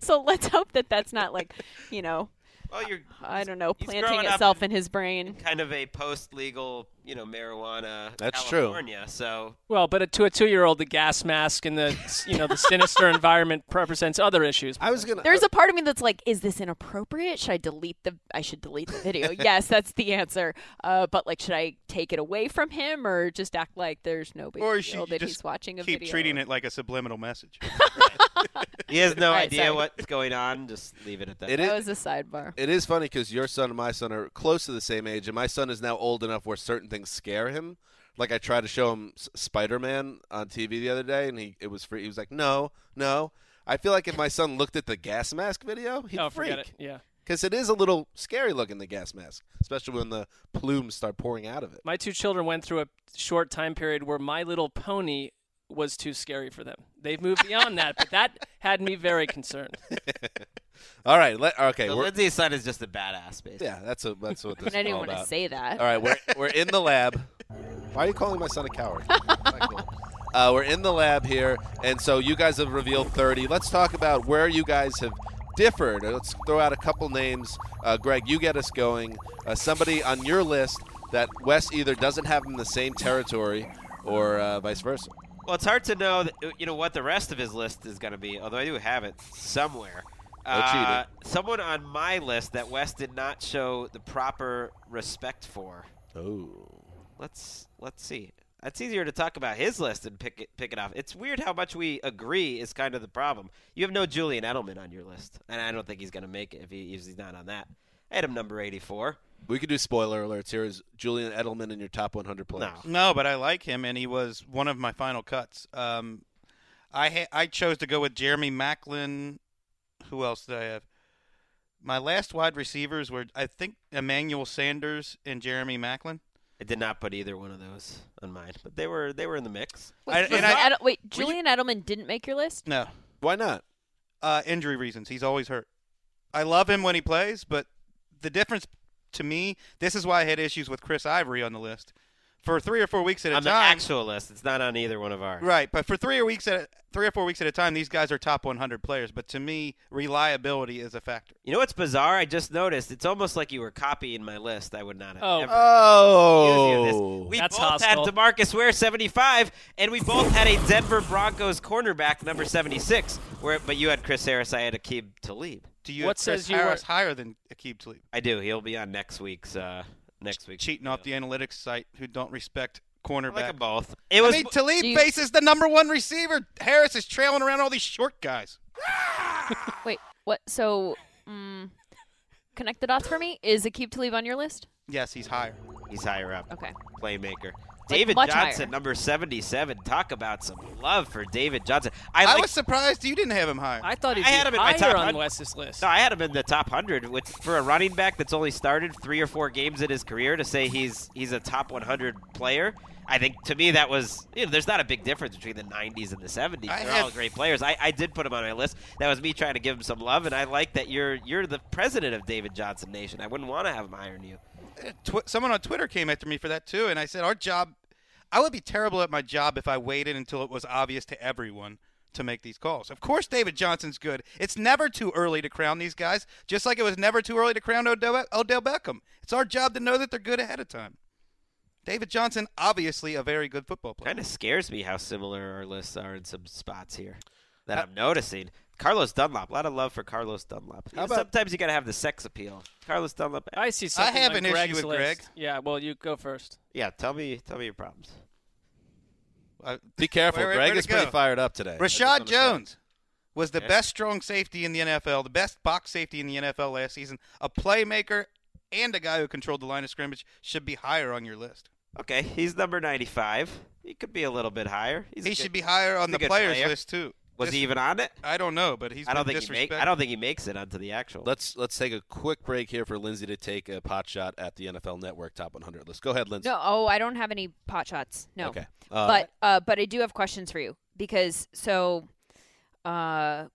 So let's hope that that's not like, you know,
Well, you're,
I don't know, planting
growing up
itself in his brain.
Kind of a post-legal, you know, marijuana
That's true.
California. So
Well, but a, to a two-year-old, the gas mask and the you know the sinister environment represents other issues.
I was gonna.
There's a part of me that's like, is this inappropriate? Should I delete the? I should delete the video. yes, that's the answer. Uh, but like, should I take it away from him or just act like there's no big
Or
deal
should you
that
just
he's watching a
keep
video?
treating it like a subliminal message?
he has no
All right,
idea
sorry.
what's going on. Just leave it at that.
It is-
a sidebar.
It is funny because your son and my son are close to the same age, and my son is now old enough where certain things scare him. Like I tried to show him Spider Man on TV the other day, and he it was free. He was like, "No, no." I feel like if my son looked at the gas mask video, he'd
Oh,
freak.
forget it. Yeah.
because it is a little scary looking the gas mask, especially when the plumes start pouring out of it.
My two children went through a short time period where My Little Pony was too scary for them. They've moved beyond that, but that had me very concerned.
All right, let, okay.
So
we're-
Lindsay's son is just a badass, basically.
yeah, that's a, that's what.
I
This
mean, I
is
didn't
all
wanna
about.
say that.
All right, we're we're in the lab. Why are you calling my son a coward? That's not cool. Uh, we're in the lab here, and so you guys have revealed 30. Let's talk about where you guys have differed. Uh, Let's throw out a couple names. Uh, Greg, you get us going. Uh, somebody on your list that Wes either doesn't have in the same territory or uh, vice versa.
Well, it's hard to know, that, uh, you know, what the rest of his list is going to be. Although I do have it somewhere.
No
uh, someone on my list that Wes did not show the proper respect for.
Oh.
Let's let's see. It's easier to talk about his list and pick it pick it off. It's weird how much we agree is kind of the problem. You have no Julian Edelman on your list, and I don't think he's going to make it if, he, if he's not on that. I had him number eighty-four.
We could do spoiler alerts. Here is Julian Edelman in your top 100 players.
No, but I like him, and he was one of my final cuts. Um, I ha- I chose to go with Jeremy Macklin. Who else did I have? My last wide receivers were I think Emmanuel Sanders and Jeremy Macklin.
I did not put either one of those on mine, but they were they were in the mix.
Wait, was Edel- wait, Julian Edelman didn't make your list.
No.
Why not?
Uh, injury reasons. He's always hurt. I love him when he plays, but the difference to me, this is why I had issues with Chris Ivory on the list. For three or four weeks at a
on the
time.
actual list, it's not on either one of ours.
Right, but for three or weeks at a, three or four weeks at a time, these guys are top 100 players. But to me, reliability is a factor.
You know what's bizarre? I just noticed. It's almost like you were copying my list. I would not have
Oh.
ever.
Oh.
We
That's
both
hostile.
had Demarcus Ware 75, and we both had a Denver Broncos cornerback number 76. Where, but you had Chris Harris. I had Akib Talib.
Do you have Chris Harris higher than Akib Talib?
I do. He'll be on next week's. Uh, next week.
Cheating off the analytics site who don't respect cornerback.
like 'em both. It was-
I mean, Talib
Do you-
faces the number one receiver. Harris is trailing around all these short guys.
Wait, what? So, mm, connect the dots for me. Is Akib Talib on your list?
Yes, he's higher.
He's higher up.
Okay.
Playmaker. David
much
Johnson,
higher.
number 77. Talk about some love for David Johnson. I,
I,
like,
was surprised you didn't have him higher.
I thought
I had him in my top 100.
Wes's list.
No, I had him in the top 100, which for a running back that's only started three or four games in his career to say he's he's a top 100 player. I think to me that was you know there's not a big difference between the 90s and the 70s.
I
They're all
have-
great players. I, I did put him on my list. That was me trying to give him some love, and I like that you're you're the president of David Johnson Nation. I wouldn't want to have him higher than you.
Tw- someone on Twitter came after me for that too, and I said our job. I would be terrible at my job if I waited until it was obvious to everyone to make these calls. Of course, David Johnson's good. It's never too early to crown these guys, just like it was never too early to crown Odell, Odell Beckham. It's our job to know that they're good ahead of time. David Johnson, obviously a very good football player.
Kind of scares me how similar our lists are in some spots here that I'm noticing. Carlos Dunlop, a lot of love for Carlos Dunlop.
How about-
Sometimes you got to have the sex appeal. Carlos Dunlop.
I see something. like Greg's list. Yeah, well, you go first.
Yeah, tell me, tell me your problems.
Be careful.
Where- where-
Greg
where'd
is
it go?
pretty fired up today.
Uh, Rashad Jones was the
Yeah.
best strong safety in the NFL, the best box safety in the NFL last season, a playmaker and a guy who controlled the line of scrimmage should be higher on your list.
Okay, he's number 95. He could be a little bit higher. He's a
he
good-
should be higher on
he's a
the
good
players
player.
list too.
Was he
Just-
even on it?
I don't know, but he's
I don't
been
think he make,
disrespected.
I don't think he makes it onto the actual.
Let's let's take a quick break here for Lindsay to take a pot shot at the NFL Network Top 100 list. Go ahead, Lindsay.
No, oh, I don't have any pot shots. No.
Okay. Uh,
but uh, but I do have questions for you because so uh,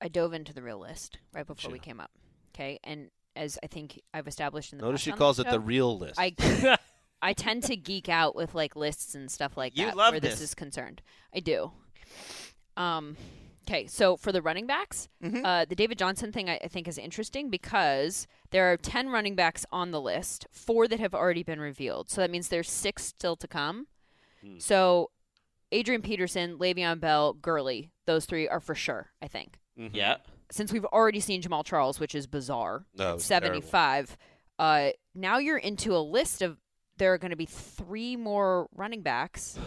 I dove into the real list right before we came up. Okay, and as I think I've established in the
Uh, Notice
past
she
on
calls
this
it the
show,
real list.
I I tend to geek out with like lists and stuff like
You
that
love
where this.
this.
is concerned. I do. Um. Okay, so for the running backs,
Mm-hmm.
uh, the David Johnson thing I, I think is interesting because there are ten running backs on the list, four that have already been revealed. So that means there's six still to come.
Hmm.
So Adrian Peterson, Le'Veon Bell, Gurley, those three are for sure, I think.
Yeah.
Since we've already seen Jamal Charles, which is bizarre,
No,
at
it's terrible.
75, uh, now you're into a list of there are going to be three more running backs.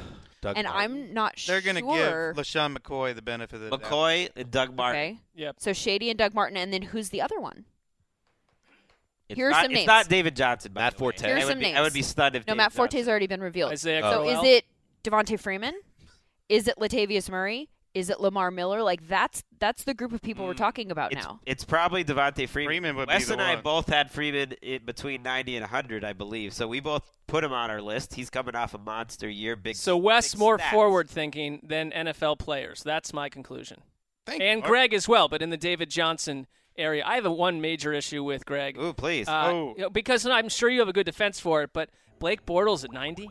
Doug
and I'm not
They're
sure.
gonna give LaShawn McCoy the benefit of the doubt.
McCoy and Doug Martin.
Okay.
Yep.
So Shady and Doug Martin, and then who's the other one?
It's
Here are
not,
some
it's
names.
not David Johnson. Matt Forte.
Here's
I would,
some
be,
names.
I would be stunned if
no.
David
Matt
Johnson-
Forte's already been revealed.
Isaiah
Oh.
so
Crowell.
is it Devontae Freeman? Is it Latavius Murray? Is it Lamar Miller? Like that's that's the group of people we're talking about
Mm. it's,
now.
It's probably Devontae Freeman.
Freeman would be
Wes
the
and I
one.
both had Freeman in between 90 and 100, I believe. So we both put him on our list. He's coming off a monster year. Big.
So Wes
big
more
stats.
forward thinking than NFL players. That's my conclusion.
Thank
and
you.
Greg as well, but in the David Johnson area, I have a one major issue with Greg.
Ooh, please.
Uh,
Oh.
you know, because no, I'm sure you have a good defense for it, but Blake Bortles at 90.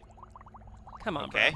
Come on,
Okay.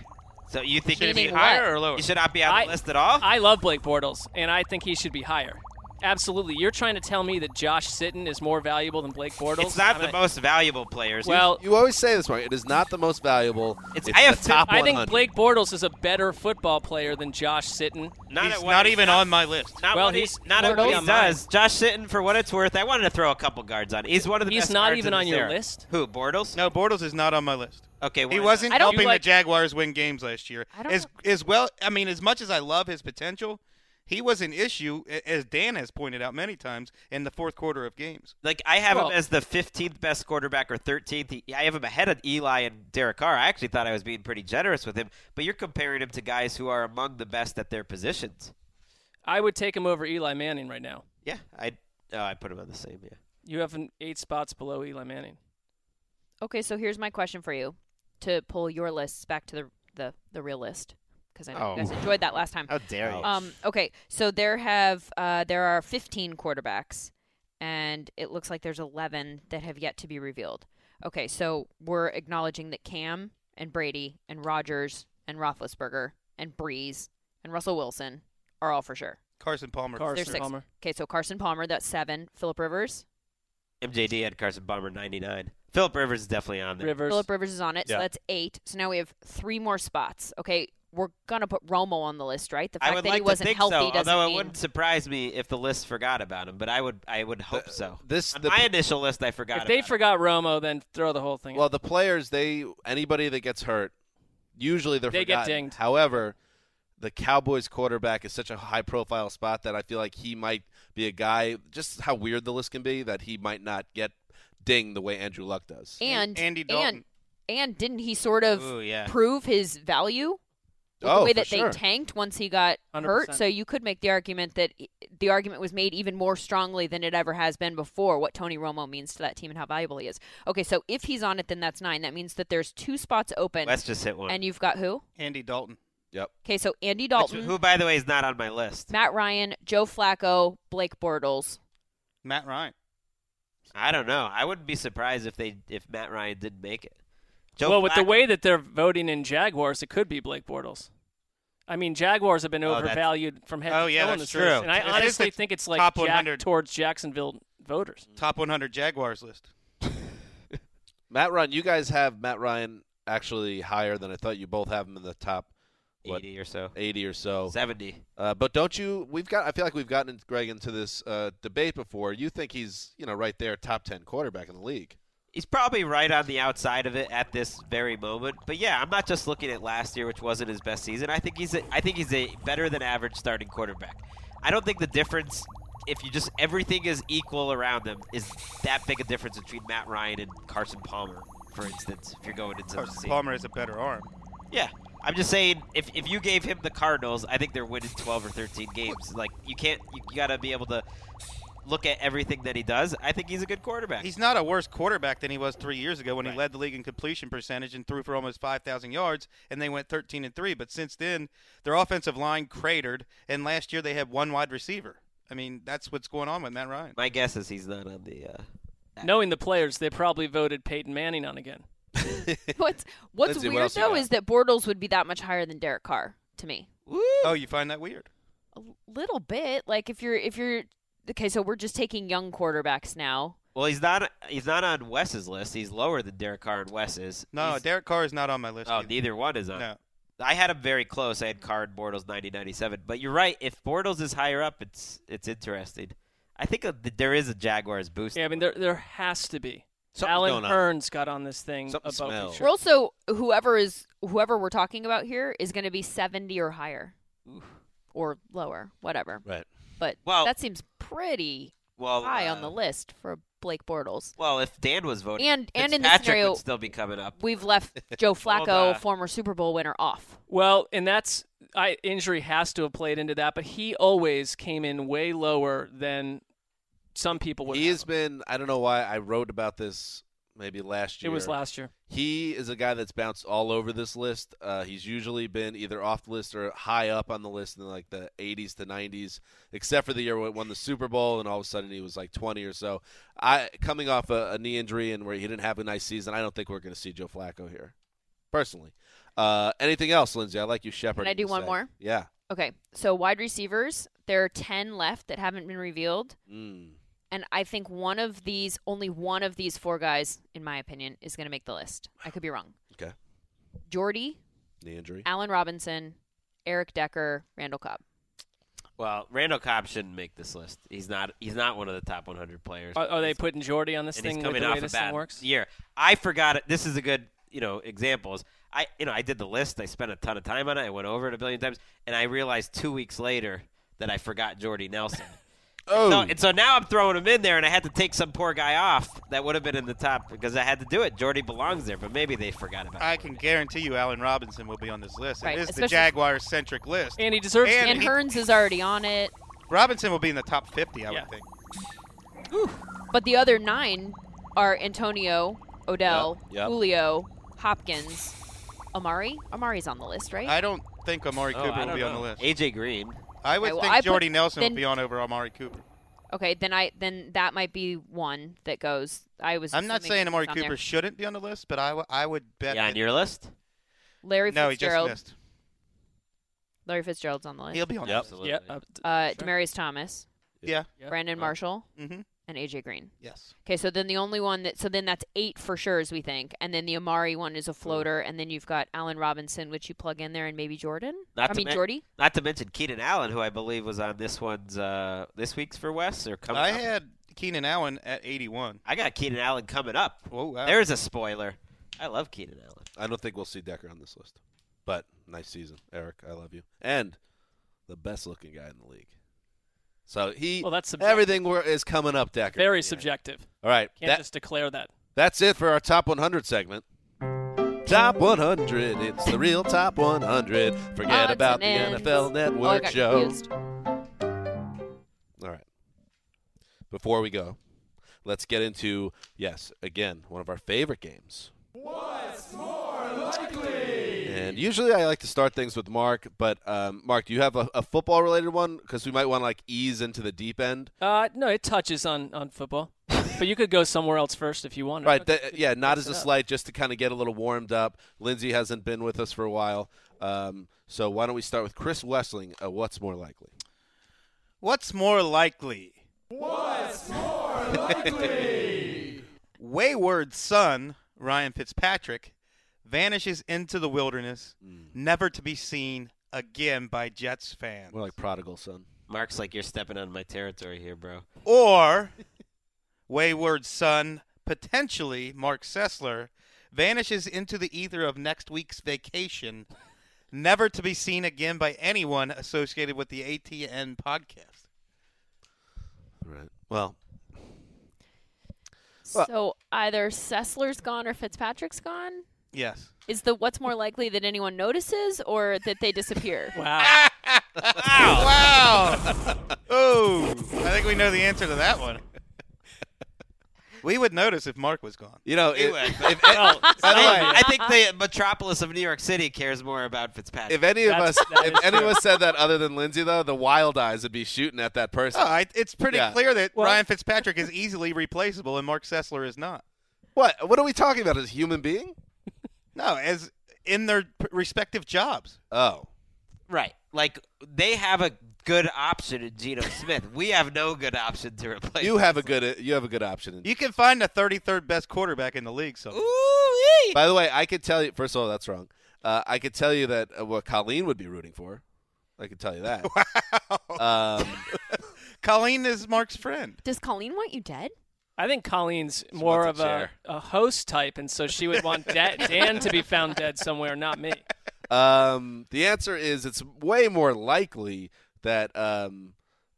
So you think
Should
he'd
he
be
be what?
higher or lower? He should not be on the
I-
list at all.
I love Blake Bortles, and I think he should be higher. Absolutely. You're trying to tell me that Josh Sitton is more valuable than Blake Bortles?
It's not
I
the
mean,
most valuable players.
Well,
you always say this, Mark. It is not the most valuable. It's,
I have
the top
I think
100.
Blake Bortles is a better football player than Josh Sitton.
Not He's at what not he's even done. on
my list.
Not
well,
what he-
he's
not
already
what he
on mine.
does. Josh Sitton, for what it's worth, I wanted to throw a couple guards on. He's one of the
He's
best
not
guards
even
in
on
this
your
era.
list?
Who? Bortles?
No, Bortles is not on my list.
Okay,
he
why
wasn't
not? I don't
helping
like-
the Jaguars win games last year.
I don't
as as well, I mean, as much as I love his potential, he was an issue a- as Dan has pointed out many times in the fourth quarter of games.
Like I have
Well-
him as the 15th best quarterback or 13th. He- I have him ahead of Eli and Derek Carr. I actually thought I was being pretty generous with him, but you're comparing him to guys who are among the best at their positions.
I would take him over Eli Manning right now.
Yeah, I oh, I put him on the same. Yeah.
You have him eight spots below Eli Manning.
Okay, so here's my question for you to pull your lists back to the the, the real list because I know
Oh.
you guys enjoyed that last time.
How dare you.
Um, okay, so there have uh, there are 15 quarterbacks, and it looks like there's 11 that have yet to be revealed. Okay, so we're acknowledging that Cam and Brady and Rogers and Roethlisberger and Breeze and Russell Wilson are all for sure.
Carson Palmer.
There's six. Okay, so Carson Palmer, that's seven. Philip Rivers,
MJD had Carson Bomber 99. Philip Rivers is definitely on there.
Philip Rivers is on it,
Yeah.
so that's eight. So now we have three more spots. Okay, we're gonna put Romo on the list, right? The
I
fact
would
that
like
he wasn't
to think
healthy
so,
doesn't
although
mean
it wouldn't surprise me if the list forgot about him. But I would, I would hope so.
This
on my initial list, I forgot.
If they
about him.
forgot Romo, then throw the whole thing.
Well, the players, they anybody that gets hurt, usually they're
They get
forgotten.
dinged.
However, the Cowboys quarterback is such a high profile spot that I feel like he might be a guy. Just how weird the list can be that he might not get dinged the way Andrew Luck does.
And
Andy Dalton.
And And didn't he sort of
Ooh, yeah.
prove his value? with
Oh,
the way
for
that
sure.
they tanked once he got
100%.
hurt. So you could make the argument that i- the argument was made even more strongly than it ever has been before what Tony Romo means to that team and how valuable he is. Okay, so if he's on it, then that's nine. That means that there's two spots open.
Let's just hit one.
And you've got who?
Andy Dalton.
Yep.
Okay, so Andy
Which-
Dalton,
who, by the way, is not on my list.
Matt Ryan, Joe Flacco, Blake Bortles.
Matt Ryan.
I don't know. I wouldn't be surprised if they if Matt Ryan didn't make it. Joe
well, with the
Flacco-
way that they're voting in Jaguars, it could be Blake Bortles. I mean, Jaguars have been
Oh, that's-
overvalued from head
Oh,
to
yeah,
toe in
that's
this race,
true.
and I
It is
honestly
the
think it's like
top
jacked
100
towards Jacksonville voters.
Top 100 Jaguars list.
Matt Ryan, you guys have Matt Ryan actually higher than I thought. You both have him in the top what,
80 or so.
80 or so.
70.
Uh, but don't you we've got I feel like we've gotten Greg into this uh, debate before. You think he's, you know, right there top 10 quarterback in the league.
He's probably right on the outside of it at this very moment. But yeah, I'm not just looking at last year, which wasn't his best season. I think he's a, I think he's a better than average starting quarterback. I don't think the difference, if you just everything is equal around them, is that big a difference between Matt Ryan and Carson Palmer, for instance. If you're going into the
Carson
season.
Palmer has a better arm.
Yeah. I'm just saying, if, if you gave him the Cardinals, I think they're winning 12 or 13 games. Like, you can't, you got to be able to look at everything that he does. I think he's a good quarterback.
He's not a worse quarterback than he was three years ago when he led the league in completion percentage and threw for almost 5,000 yards, and they went 13 and three. But since then, their offensive line cratered, and last year they had one wide receiver. I mean, that's what's going on with Matt Ryan.
My guess is he's not on the. Uh,
Knowing the players, they probably voted Peyton Manning on again.
What's what's
Lindsay, what
weird
else you
though
got?
is that Bortles would be that much higher than Derek Carr to me.
Oh, you find that weird?
Little bit. Like if you're if you're okay, so we're just taking young quarterbacks now.
well, he's not. He's not on Wes's list. He's lower than Derek Carr and Wes is.
No,
He's-
Derek Carr is not on my list.
oh, neither one is on.
No.
I had him very close. I had Carr and Bortles 90-97. But you're right. If Bortles is higher up, it's it's interesting. I think uh, th- there is a Jaguars boost.
Yeah, I mean, there there has to be.
Something's
Alan
going on.
Hearns got on this thing
Something
about
smells.
Patricia.
We're also whoever is whoever we're talking about here is going to be 70 or higher or lower, whatever.
Right.
But
Well-
that seems pretty
Well,
high
uh,
on the list for Blake Bortles.
Well, if Dan was voting,
And- and in this
Fitzpatrick
scenario-
would still be coming up.
We've left
Well,
Joe Flacco,
the-
former Super Bowl winner, off.
Well, and that's I injury has to have played into that, but he always came in way lower than some people would.
He has been. I don't know why I wrote about this maybe last
It
year.
was last year.
He is a guy that's bounced all over this list. Uh, he's usually been either off the list or high up on the list in like the 80s to 90s, except for the year when he won the Super Bowl, and all of a sudden he was like 20 or so. I coming off a, a knee injury and where he didn't have a nice season. I don't think we're going to see Joe Flacco here, personally. Uh, anything else, Lindsay? I like you, Shepard.
Can I do one more?
Yeah.
Okay, so wide receivers, there are 10 left that haven't been revealed.
Mm.
And I think one of these, only one of these four guys, in my opinion, is going to make the list. I could be wrong.
Okay.
Jordy,
Knee injury.
Allen Robinson, Eric Decker, Randall Cobb.
Well, Randall Cobb shouldn't make this list. He's not. He's not one of the top 100 players.
Are, are they putting Jordy on this
and
thing
he's
with
coming
the
off
way
a
this
bad
thing works?
year. I forgot it. This is a good, you know, examples. I, you know, I did the list. I spent a ton of time on it. I went over it a billion times, and I realized two weeks later that I forgot Jordy Nelson.
oh,
so, and so now I'm throwing him in there, and I had to take some poor guy off that would have been in the top because I had to do it. Jordy belongs there, but maybe they forgot about.
I can guarantee you Allen Robinson will be on this list.
Right,
it is the
especially-
Jaguars centric list.
And he deserves
and
And
he-
Hearns is already on it,
Robinson will be in the top 50, I would think.
but the other nine are Antonio, Odell,
Yep, yep.
Julio, Hopkins, Amari. Amari's on the list, right?
I don't think Amari
Oh, I
Cooper will
don't
be on the
know.
list.
AJ Green.
I would
Okay, well,
think
I put-
Jordy Nelson
then-
would be on over Amari Cooper.
Okay, then I then that might be one that goes. I was.
I'm not
assuming
saying
he's
Amari
on there.
Cooper shouldn't be on the list, but I, w- I would bet.
Yeah,
that-
on your list.
Larry
no, he just
Fitzgerald.
missed.
Larry Fitzgerald's on the list.
He'll be on Yep. the list.
Yep.
Uh, Demarius Thomas.
Yeah.
Brandon Marshall.
Mhm.
And AJ Green.
Yes.
Okay, so then the only one that so then that's eight for sure as we think, and then the Amari one is a floater, and then you've got Allen Robinson, which you plug in there, and maybe Jordan.
Not
I
to
mean
men-
Jordy.
Not to mention Keenan Allen, who I believe was on this one's uh, this week's for Wes or coming.
I
up.
had Keenan Allen at 81.
I got Keenan Allen coming up.
Whoa, wow.
There's a spoiler. I love Keenan Allen.
I don't think we'll see Decker on this list. But nice season, Eric. I love you. And the best looking guy in the league. So he
Well, that's subjective.
everything were, is coming up, Decker.
Very subjective.
All right.
Can't
that-
just declare that.
that's it for our top 100 segment. Top 100. It's the real Top 100. Forget
Odds
about the
and ends.
NFL
Oh, I
Network
got
show.
confused.
All right. Before we go, let's get into, yes, again, one of our favorite games. And usually I like to start things with Mark, but um, Mark, do you have a, a football related one? Because we might want to like ease into the deep end.
Uh, no, it touches on, on football, but you could go somewhere else first if you wanted.
Right. That, yeah, not
mix
as a
it up.
slight, just to kind of get a little warmed up. Lindsay hasn't been with us for a while. Um, so why don't we start with Chris Wessling? Uh, what's more likely?
What's more likely?
What's more likely?
Wayward son, Ryan Fitzpatrick, vanishes into the wilderness, never to be seen again by Jets fans.
More like prodigal son.
Mark's like you're stepping on my territory here, bro.
Or wayward son, potentially Mark Sessler, vanishes into the ether of next week's vacation, never to be seen again by anyone associated with the ATN podcast.
Right. Well,
So either Sessler's gone or Fitzpatrick's gone.
yes.
Is the what's more likely that anyone notices or that they disappear?
wow.
Wow. Oh, I think we know the answer to that one. We would notice if Mark was gone.
You know,
He
if-
would,
if-
but-
if-
I,
by the way-
I think the metropolis of New York City cares more about Fitzpatrick.
if any of us, if any of us said that other than Lindsay, though, the wild eyes would be shooting at that person.
Oh, I, it's pretty
Yeah.
clear that Ryan Fitzpatrick is easily replaceable and Mark Sessler is not.
What? What are we talking about? As a human being?
No, as in their p- respective jobs.
Oh,
right, like they have a good option in Geno Smith. we have no good option to replace.
you have a good, you have a good option.
You can find the 33rd best quarterback in the league. So,
By the way, I could tell you. First of all, that's wrong. Uh, I could tell you that uh, what Colleen would be rooting for. I could tell you that. wow. Um,
Colleen is Mark's friend.
Does Colleen want you dead?
I think Colleen's more
wants
of
a
a,
chair.
a host type, and so she would want da- Dan to be found dead somewhere, not me.
um, the answer is it's way more likely that um,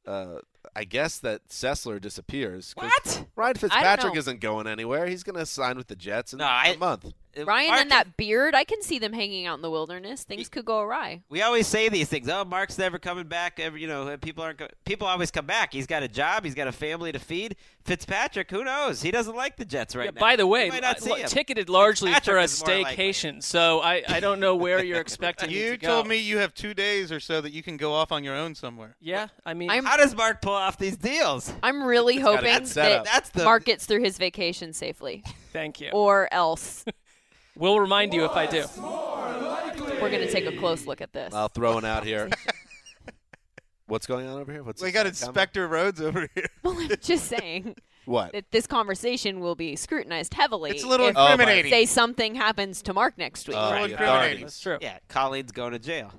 uh, I guess that Sessler disappears. 'cause Ryan Fitzpatrick
know.
isn't going anywhere. He's going to sign with the Jets in a month.
Uh,
Uh,
Ryan and that beard, I can see them hanging out in the wilderness. Things could go awry.
We always say these things. Oh, Mark's never coming back. Every, you know, people aren't. Co- people always come back. He's got a job. He's got a family to feed. Fitzpatrick, who knows? He doesn't like the Jets right
Yeah,
now.
by the way, uh,
We might not see
lo-
him.
ticketed largely for
Patrick
a
is more likely.
staycation, so I, I don't know where you're expecting me
you
to go.
told me you have two days or so that you can go off on your own somewhere.
Yeah, I mean,
I'm-
how does Mark pull off these deals?
I'm really
It's got a good
hoping
setup.
that
That's the-
Mark gets through his vacation safely.
Thank you.
Or else
We'll remind you if I do.
we're going to take a close look at this.
I'll throw one out here. What's going on over here? What's
We
this
got
comment?
Inspector Rhodes over here.
Well, I'm just saying
What?
that this conversation will be scrutinized heavily.
It's a little Uh,
if,
incriminating.
Say something happens to Mark next week.
Oh, the authorities.
That's true. Yeah, Colleen's going to jail.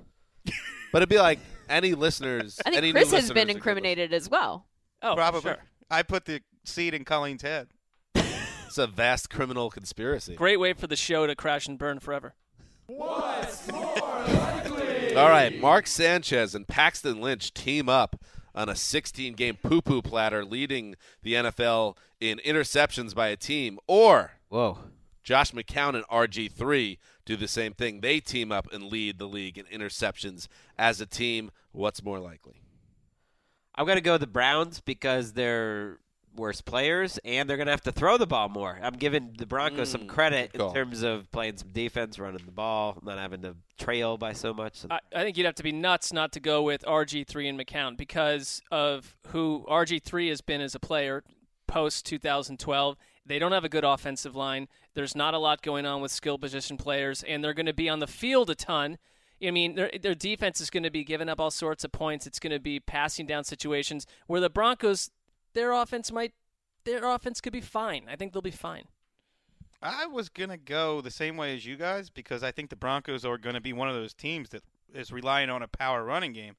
But it'd be like any listeners.
I
any
think
new
Chris has
listeners
been
that could
incriminated as well.
Oh,
Probably. I put the seed in Colleen's head.
listen. It's a vast criminal conspiracy.
Great way for the show to crash and burn forever.
All right, Mark Sanchez and Paxton Lynch team up on a 16-game poo-poo platter, leading the NFL in interceptions by a team. Or
whoa,
Josh McCown and RG3 do the same thing. They team up and lead the league in interceptions as a team. What's more likely?
I'm going to go with the Browns because they're worse players and they're going to have to throw the ball more. I'm giving the Broncos some credit
call.
in terms of playing some defense, running the ball, not having to trail by so much.
I, I think you'd have to be nuts not to go with RG3 and McCown because of who RG3 has been as a player post 2012. They don't have a good offensive line. There's not a lot going on with skill position players, and they're going to be on the field a ton. I mean, their, their defense is going to be giving up all sorts of points. It's going to be passing down situations where the Broncos, their offense might, their offense could be fine. I think they'll be fine.
I was going to go the same way as you guys because I think the Broncos are going to be one of those teams that is relying on a power running game.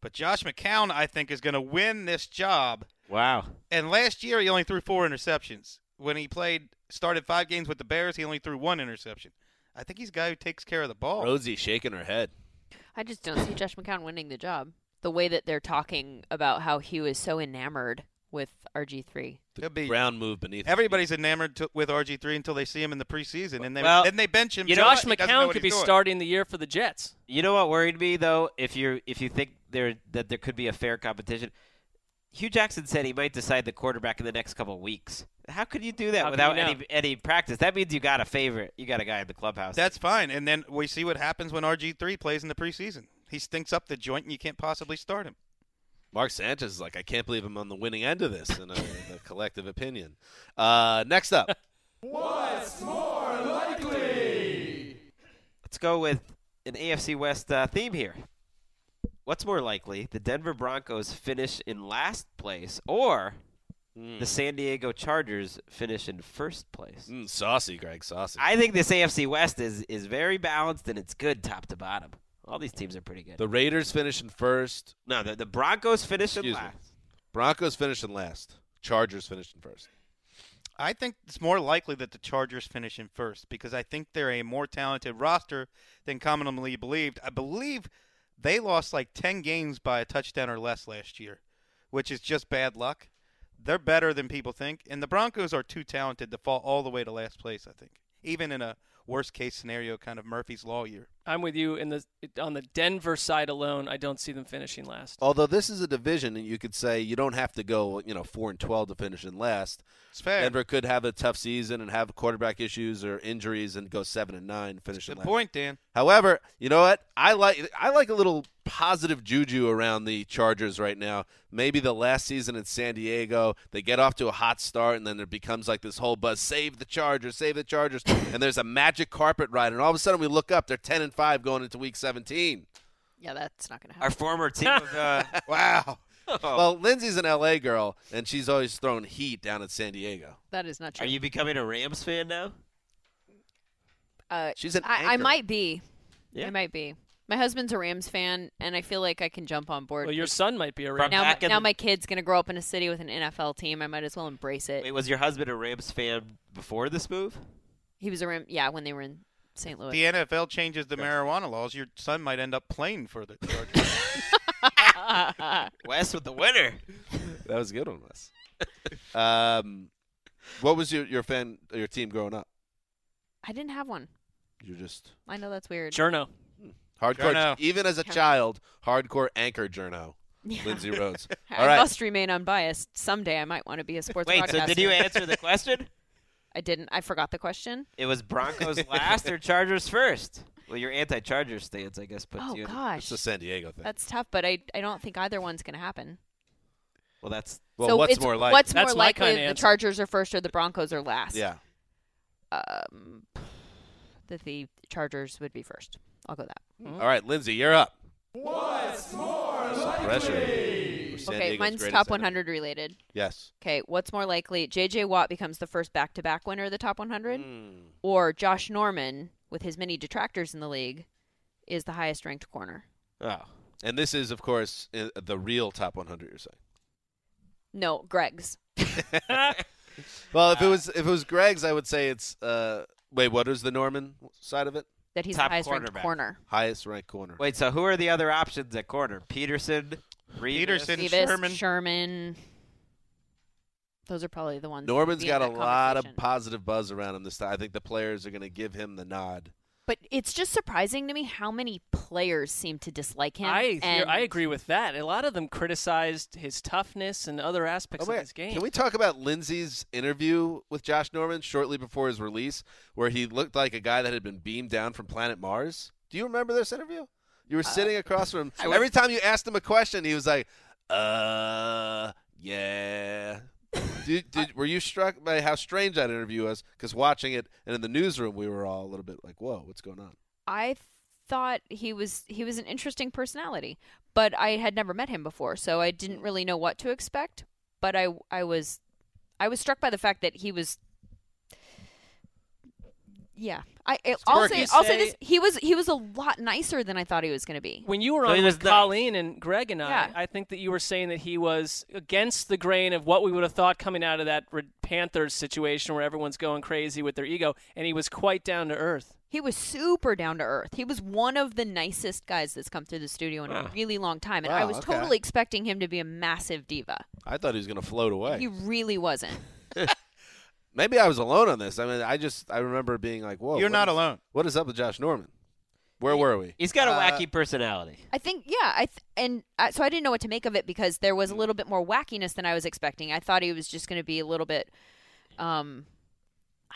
But Josh McCown, I think, is going to win this job.
Wow.
And last year, he only threw four interceptions. When he played, started five games with the Bears, he only threw one interception. I think he's a guy who takes care of the ball.
Rosie shaking her head.
I just don't see Josh McCown winning the job. The way that they're talking about how he was so enamored
with RG3.
The ground move beneath. his
Everybody's enamored to, with RG3 until they see him in the preseason, and then
Well,
then they bench him.
you know
Josh
what? He doesn't know
McCown
what
could be
he's doing.
starting the year for the Jets.
You know what worried me though, if you if you think there that there could be a fair competition, Hugh Jackson said he might decide the quarterback in the next couple of weeks. How could you do that
How could
without
you know?
any any practice? That means you got a favorite. You got a guy in the clubhouse.
That's fine, and then we see what happens when RG3 plays in the preseason. He stinks up the joint, and you can't possibly start him.
Mark Sanchez is like, I can't believe I'm on the winning end of this in, a, in the collective opinion. Uh, next up,
What's more likely?
Let's go with an AFC West uh, theme here. What's more likely, the Denver Broncos finish in last place, or
Hmm.
the San Diego Chargers finish in first place?
Mm, saucy, Greg, saucy.
I think this AFC West is is very balanced and it's good top to bottom. All these teams are pretty good.
the Raiders finish in first.
No, the, the Broncos finish in
last. Broncos finish in last. Chargers finish in first.
I think it's more likely that the Chargers finish in first because I think they're a more talented roster than commonly believed. I believe they lost like 10 games by a touchdown or less last year, which is just bad luck. They're better than people think, and the Broncos are too talented to fall all the way to last place, I think, even in a worst case scenario kind of Murphy's Law year.
I'm with you in the on the Denver side alone. I don't see them finishing last.
Although this is a division, and you could say you don't have to go, you know, four and twelve to finish in last.
It's fair.
Denver could have a tough season and have quarterback issues or injuries and go seven and nine, finish in
Good
last.
point, Dan.
However, you know what? I like I like a little positive juju around the Chargers right now. Maybe the last season in San Diego, they get off to a hot start, and then it becomes like this whole buzz: save the Chargers, save the Chargers. and there's a magic carpet ride, and all of a sudden we look up, they're ten and five going into Week 17.
Yeah, that's not going to happen.
Our former team of uh,
wow. Well, Lindsay's an LA girl, and she's always thrown heat down at San Diego.
That is not true.
Are you becoming a Rams fan now?
Uh,
She's an
I, I
anchor.
might be.
Yeah.
I might be. My husband's a Rams fan, and I feel like I can jump on board.
Well, your son might be a
now,
Ram.
my, now my kid's gonna grow up in a city with an NFL team. I might as well embrace it.
Wait, was your husband a Rams fan before this move?
He was a Ram. Yeah, when they were in St. Louis.
The NFL changes the marijuana laws. Your son might end up playing for the Chargers.
Wes with the winner.
That was a good one, Wes. um, what was your your fan your team growing up?
I didn't have one.
You're just
I know that's weird.
Journo.
hardcore.
Journo.
Even as a
Yeah.
child, hardcore anchor journo.
Yeah.
Lindsay Rhodes.
I
All right.
must remain unbiased. Someday I might want to be a sports.
Wait, so did you
broadcaster.
answer the question?
I didn't. I forgot the question.
It was Broncos last or Chargers first. Well, your anti-Chargers stance, I guess, puts
Oh,
you. in-
gosh. It's a
San Diego thing.
That's tough, but I I don't think either one's gonna happen.
well, that's
so it's, What's more likely? that the Chargers are first or the Broncos are last?
Yeah.
Um, that the Chargers would be first. I'll go that.
All right, Lindsay, you're up.
What's more likely?
Pressure. San
okay,
Diego's
mine's
greatest
top
enemy.
100 related.
Yes.
Okay, what's more likely? J.J. Watt becomes the first back-to-back winner of the top 100,
Hmm.
or Josh Norman, with his many detractors in the league, is the highest-ranked corner.
Oh. And this is, of course, i- the real top 100. You're saying.
No, Greg's.
Well,
Uh,
if it was if it was Greg's, I would say it's. Uh, wait, what is the Norman side of it?
That he's
Top
the highest-ranked
cornerback.
corner.
Highest ranked corner.
Wait, so who are the other options at corner? Peterson, Revis?
Davis, Sherman. Those are probably the ones. that would
Norman's
be in
got a
that
lot of
conversation.
positive buzz around him this time. I think the players are going to give him the nod.
But it's just surprising to me how many players seem to dislike him.
I hear-
and
I agree with that. A lot of them criticized his toughness and other aspects
Oh,
of
wait,
his game.
Can we talk about Lindsey's interview with Josh Norman shortly before his release, where he looked like a guy that had been beamed down from planet Mars? Do you remember this interview? You
Uh,
were sitting across from him.
I would-
Every time you asked him a question, he was like, "Uh, yeah." did, did, were you struck by how strange that interview was? Because watching it and in the newsroom, we were all a little bit like, "Whoa, what's going on?"
I thought he was he was an interesting personality, but I had never met him before, so I didn't really know what to expect. But I I was I was struck by the fact that he was Yeah, I
Sparky,
it, I'll say I'll say
say-
this. He was he was a lot nicer than I thought he was going to be.
When you were
So
on
he
with
was nice.
Colleen and Greg and I,
Yeah.
I think that you were saying that he was against the grain of what we would have thought coming out of that Red Panthers situation where everyone's going crazy with their ego, and he was quite down to earth.
He was super down to earth. He was one of the nicest guys that's come through the studio in
Wow.
a really long time, and I
Wow,
was
okay.
totally expecting him to be a massive diva.
I thought he was going to float away.
He really wasn't.
Maybe I was alone on this. I mean, I just I remember being like, "Whoa,
You're
what
not
is-
alone."
What is up with Josh Norman? Where were we?
He's got a wacky personality.
I think yeah, I th- and I, so I didn't know what to make of it because there was a little bit more wackiness than I was expecting. I thought he was just going to be a little bit, um,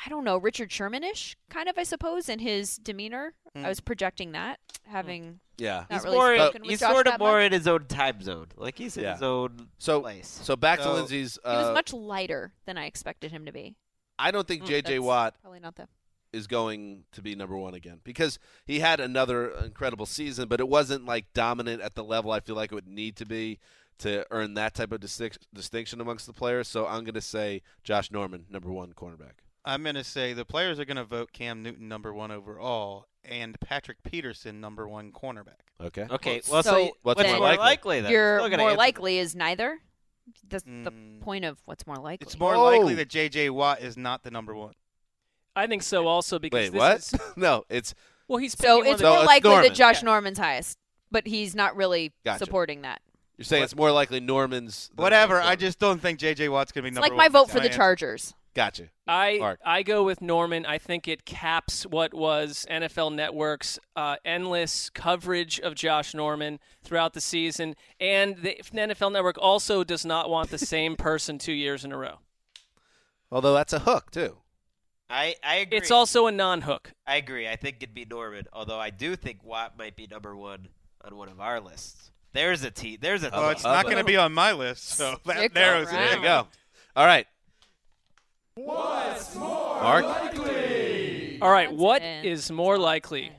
I don't know, Richard Shermanish kind of, I suppose, in his demeanor.
Mm.
I was projecting that having
Yeah,
not
he's
really
more,
spoken with
he's
Josh
sort
that
of more
much.
in his own time zone. Like he's in
Yeah.
his own
so
place.
so back to
So-
Lindsay's.
He was
uh,
much lighter than I expected him to be.
I don't think
Mm,
J.J.
that's
Watt
Probably not the
is going to be number one again because he had another incredible season, but it wasn't like dominant at the level I feel like it would need to be to earn that type of distinc- distinction amongst the players. So I'm going to say Josh Norman, number one cornerback.
I'm going to say the players are going to vote Cam Newton number one overall and Patrick Peterson number one cornerback.
Okay.
Okay, well, so, what's,
then
more likely, then?
You're
Still
more
gonna answer-
likely is neither. That's the
Mm.
point of what's more likely.
It's more likely that J.J. Watt is not the number one.
I think so also because
Wait,
this
what?
is
no, it's
well he's picking
so
one
it's
of the-
more
uh,
it's
likely
Norman.
that Josh Norman's highest, but he's not really
Gotcha.
supporting that.
you're saying it's more likely Norman's. than
Whatever.
Norman.
I just don't think J.J. Watt's going to be
It's
number
like
one.
my vote
That's
for the
answer.
Chargers.
Gotcha.
I
Mark.
I go with Norman. I think it caps what was NFL Network's uh, endless coverage of Josh Norman throughout the season, and the NFL Network also does not want the same person two years in a row.
Although that's a hook too.
I, I agree.
It's also a non-hook.
I agree. I think it'd be Norman, although I do think Watt might be number one on one of our lists. There's a T. There's a.
Well, it's not going to be on my list, so that
Stick
narrows it.
around.
There you go.
Ah.
All right,
What's more
Mark?
likely?
All right, what is more likely?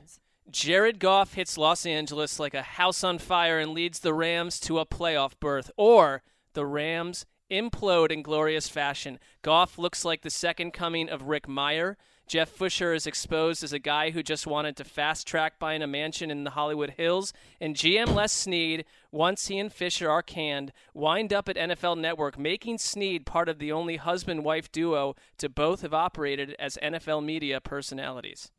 Jared Goff hits Los Angeles like a house on fire and leads the Rams to a playoff berth, or the Rams implode in glorious fashion. Goff looks like the second coming of Rick Meyer. Jeff Fisher is exposed as a guy who just wanted to fast track buying a mansion in the Hollywood Hills, and GM Les Snead, once he and Fisher are canned, wind up at NFL Network, making Snead part of the only husband-wife duo to both have operated as NFL media personalities.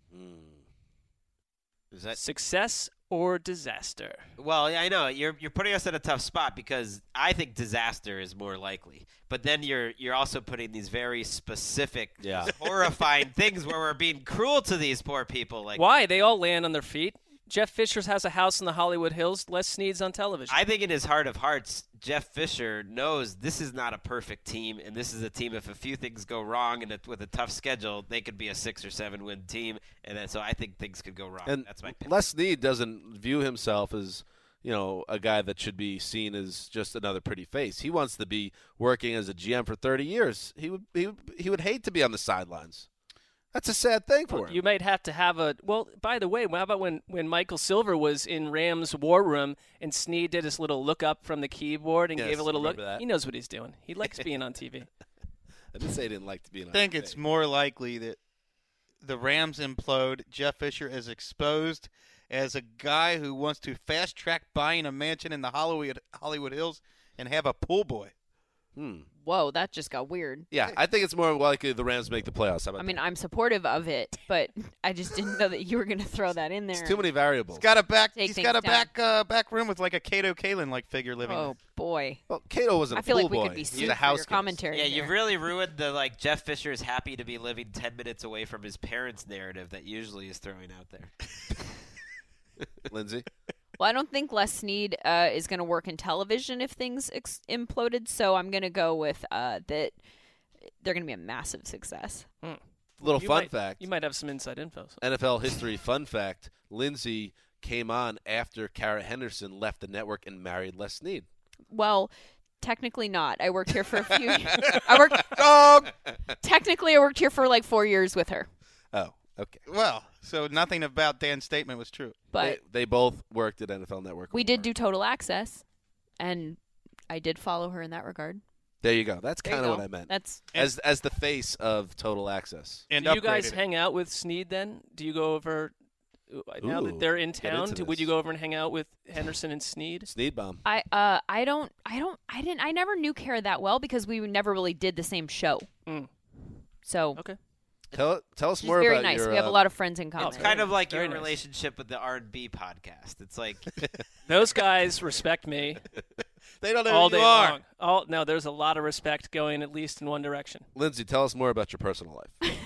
Is that
success or disaster?
Well, yeah, I know you're you're putting us in a tough spot because I think disaster is more likely. But then you're you're also putting these very specific,
Yeah.
horrifying things where we're being cruel to these poor people. Like
Why? They all land on their feet. Jeff Fisher's has a house in the Hollywood Hills. Les Snead's on television.
I think in his heart of hearts, Jeff Fisher knows this is not a perfect team, and this is a team. If a few things go wrong and it- with a tough schedule, they could be a six or seven win team. And then, so I think things could go wrong.
and
That's my pick.
Les Snead doesn't view himself as you know a guy that should be seen as just another pretty face. He wants to be working as a GM for 30 years. He would he would, he would hate to be on the sidelines. That's a sad thing for him.
you might have to have a well. By the way, how about when when Michael Silver was in Rams war room and Snead did his little look up from the keyboard and
Yes,
gave a little look?
remember that.
He knows what he's doing. He likes being on TV.
I didn't say he didn't like to be on.
I think it's more likely that the Rams implode. Jeff Fisher is exposed as a guy who wants to fast track buying a mansion in the Hollywood Hollywood Hills and have a pool boy.
Hmm.
Whoa, that just got weird.
Yeah, I think it's more likely the Rams make the playoffs. How about
I mean, I'm supportive of it, but I just didn't know that you were going to throw that in there.
that? It's too many variables.
He's got a back.
Take
he's got a
things down.
back uh, back room with like a Cato Kalin like figure living.
Oh boy.
Well, Cato wasn't.
I feel
a
like we
pool
could
boy.
be
He was a
sued for your
house guest.
commentary
Yeah,
there.
you've really ruined the like Jeff Fisher is happy to be living ten minutes away from his parents narrative that usually is throwing out there.
Lindsay.
Well, I don't think Les Snead uh, is going to work in television if things ex- imploded, so I'm going to go with uh, that they're going to be a massive success.
Little
You
fun
might-
fact.
You might have some inside info. so-
NFL history fun fact: Lindsay came on after Kara Henderson left the network and married Les Snead.
Well, technically not. I worked here for a few years. I worked technically I worked here for like 4 years with her.
Oh, okay.
Well, so nothing about Dan's statement was true.
But
they, they both worked at NFL Network.
we did do total access and I did follow her in that regard.
There you go. That's
There you
kind of what
go.
I meant.
That's-
as as the face of Total Access.
do you guys hang out with Sneed then? Do you go over uh, now
Ooh,
that they're in
get
town?
into
do- would you go over and hang out with Henderson and Sneed?
Sneed bomb.
I uh I don't I don't I didn't I never knew Kara that well because we never really did the same show.
Mm.
So
okay,
Tell tell us
She's
more
very
about
nice.
your.
We have a
uh,
lot of friends in common.
It's kind of like
Very
your
nice.
relationship with the R and B podcast. It's like
Those guys respect me.
they don't
know who
all
you
day
are.
long. All no, there's a lot of respect going at least in one direction.
Lindsay, tell us more about your personal life.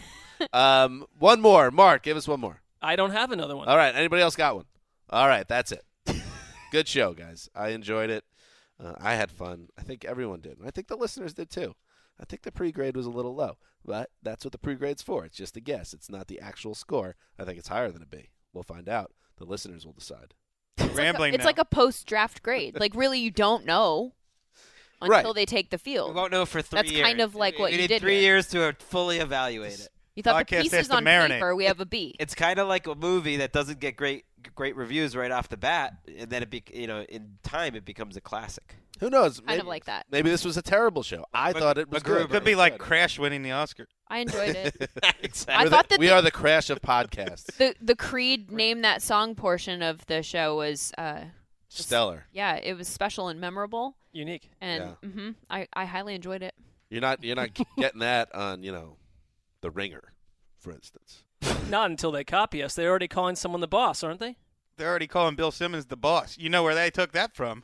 um, one more, Mark. Give us one more.
I don't have another one.
All right. Anybody else got one? All right. That's it. Good show, guys. I enjoyed it. Uh, I had fun. I think everyone did. And I think the listeners did too. I think the pre-grade was a little low, but that's what the pre-grade's for. It's just a guess. It's not the actual score. I think it's higher than a B. We'll find out. The listeners will decide.
Rambling.
it's like a post draft grade. Like really you don't know
Right.
until they take the field.
we won't know for three
That's
years.
kind of like what
we
you
need
did
three
here.
years to uh, fully evaluate it.
You
Oh,
thought the
Podcast has
pieces
to
on
marinate.
paper we have a B.
It's kind of like a movie that doesn't get great great reviews right off the bat, and then it be you know in time it becomes a classic.
Who knows?
Kind of like that.
Maybe this was a terrible show. I thought it was good.
It could be like Crash winning the Oscar.
I enjoyed it.
exactly.
I thought that
we
the-
are the crash of podcasts.
the the Creed name that song portion of the show was uh
Stellar.
yeah, it was special and memorable.
Unique.
And mhm, I, I highly enjoyed it.
You're not you're not getting that on you know, the Ringer, for instance.
Not until they copy us. They're already calling someone the boss, aren't they?
They're already calling Bill Simmons the boss. You know where they took that from?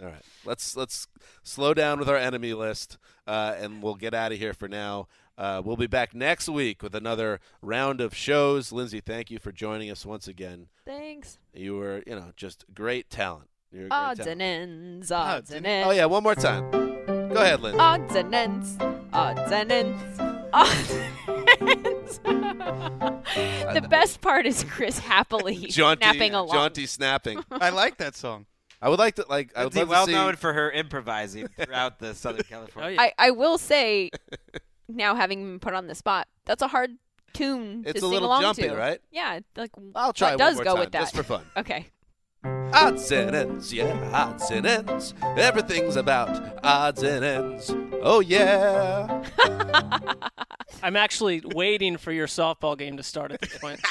All right, let's let's slow down with our enemy list, uh, and we'll get out of here for now. Uh, we'll be back next week with another round of shows. Lindsay, thank you for joining us once again.
Thanks.
You were you know just great talent. You're a great
Odds and
talent.
ends, odds and ends.
Oh yeah, one more time. Go ahead, Lindsay.
Odds and ends, odds and ends, odds and ends. the best part is Chris happily
jaunty,
snapping along.
jaunty snapping.
I like that song.
I would like to like. I would
Lindsay,
love
well
to see.
known for her improvising throughout the Southern
Oh,
California.
I, I will say, now having been put on the spot, that's a hard tune
It's
to
a
sing
little
along
jumpy,
to.
right?
Yeah, like
I'll try
what
one
does
more
go
time,
with that
just for fun.
Okay.
Odds and ends, yeah, odds and ends. Everything's about odds and ends. Oh yeah.
I'm actually waiting for your softball game to start at this point.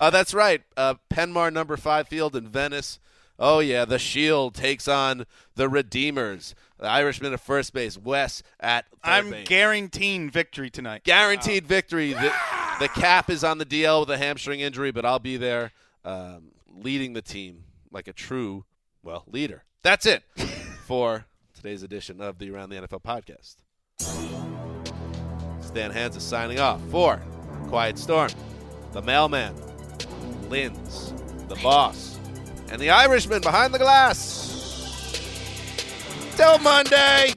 Oh, that's right. Uh, Penmar number five field in Venice. Oh yeah, the Shield takes on the Redeemers. The Irishman at first base, Wes at third
I'm
base.
guaranteeing victory tonight.
Guaranteed victory. The, the cap is on the DL with a hamstring injury, but I'll be there um, leading the team like a true, well, leader. That's it for today's edition of the Around the NFL podcast. Stan Hans is signing off for Quiet Storm, The Mailman, Linz, The Boss, and The Irishman behind the glass. Till Monday!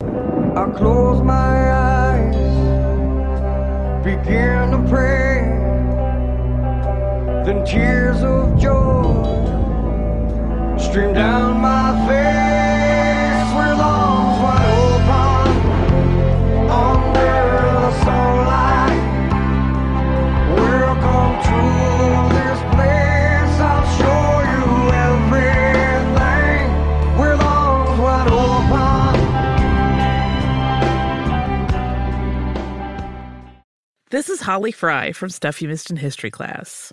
I close my eyes, begin to pray. Then tears of joy stream down my face. With arms wide open, under the sunlight. Welcome to this place. I'll show you everything. With arms wide open.
This is Holly Fry from Stuff You Missed in History class.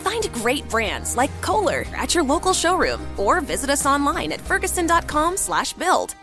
Find great brands like Kohler at your local showroom or visit us online at ferguson.com/build.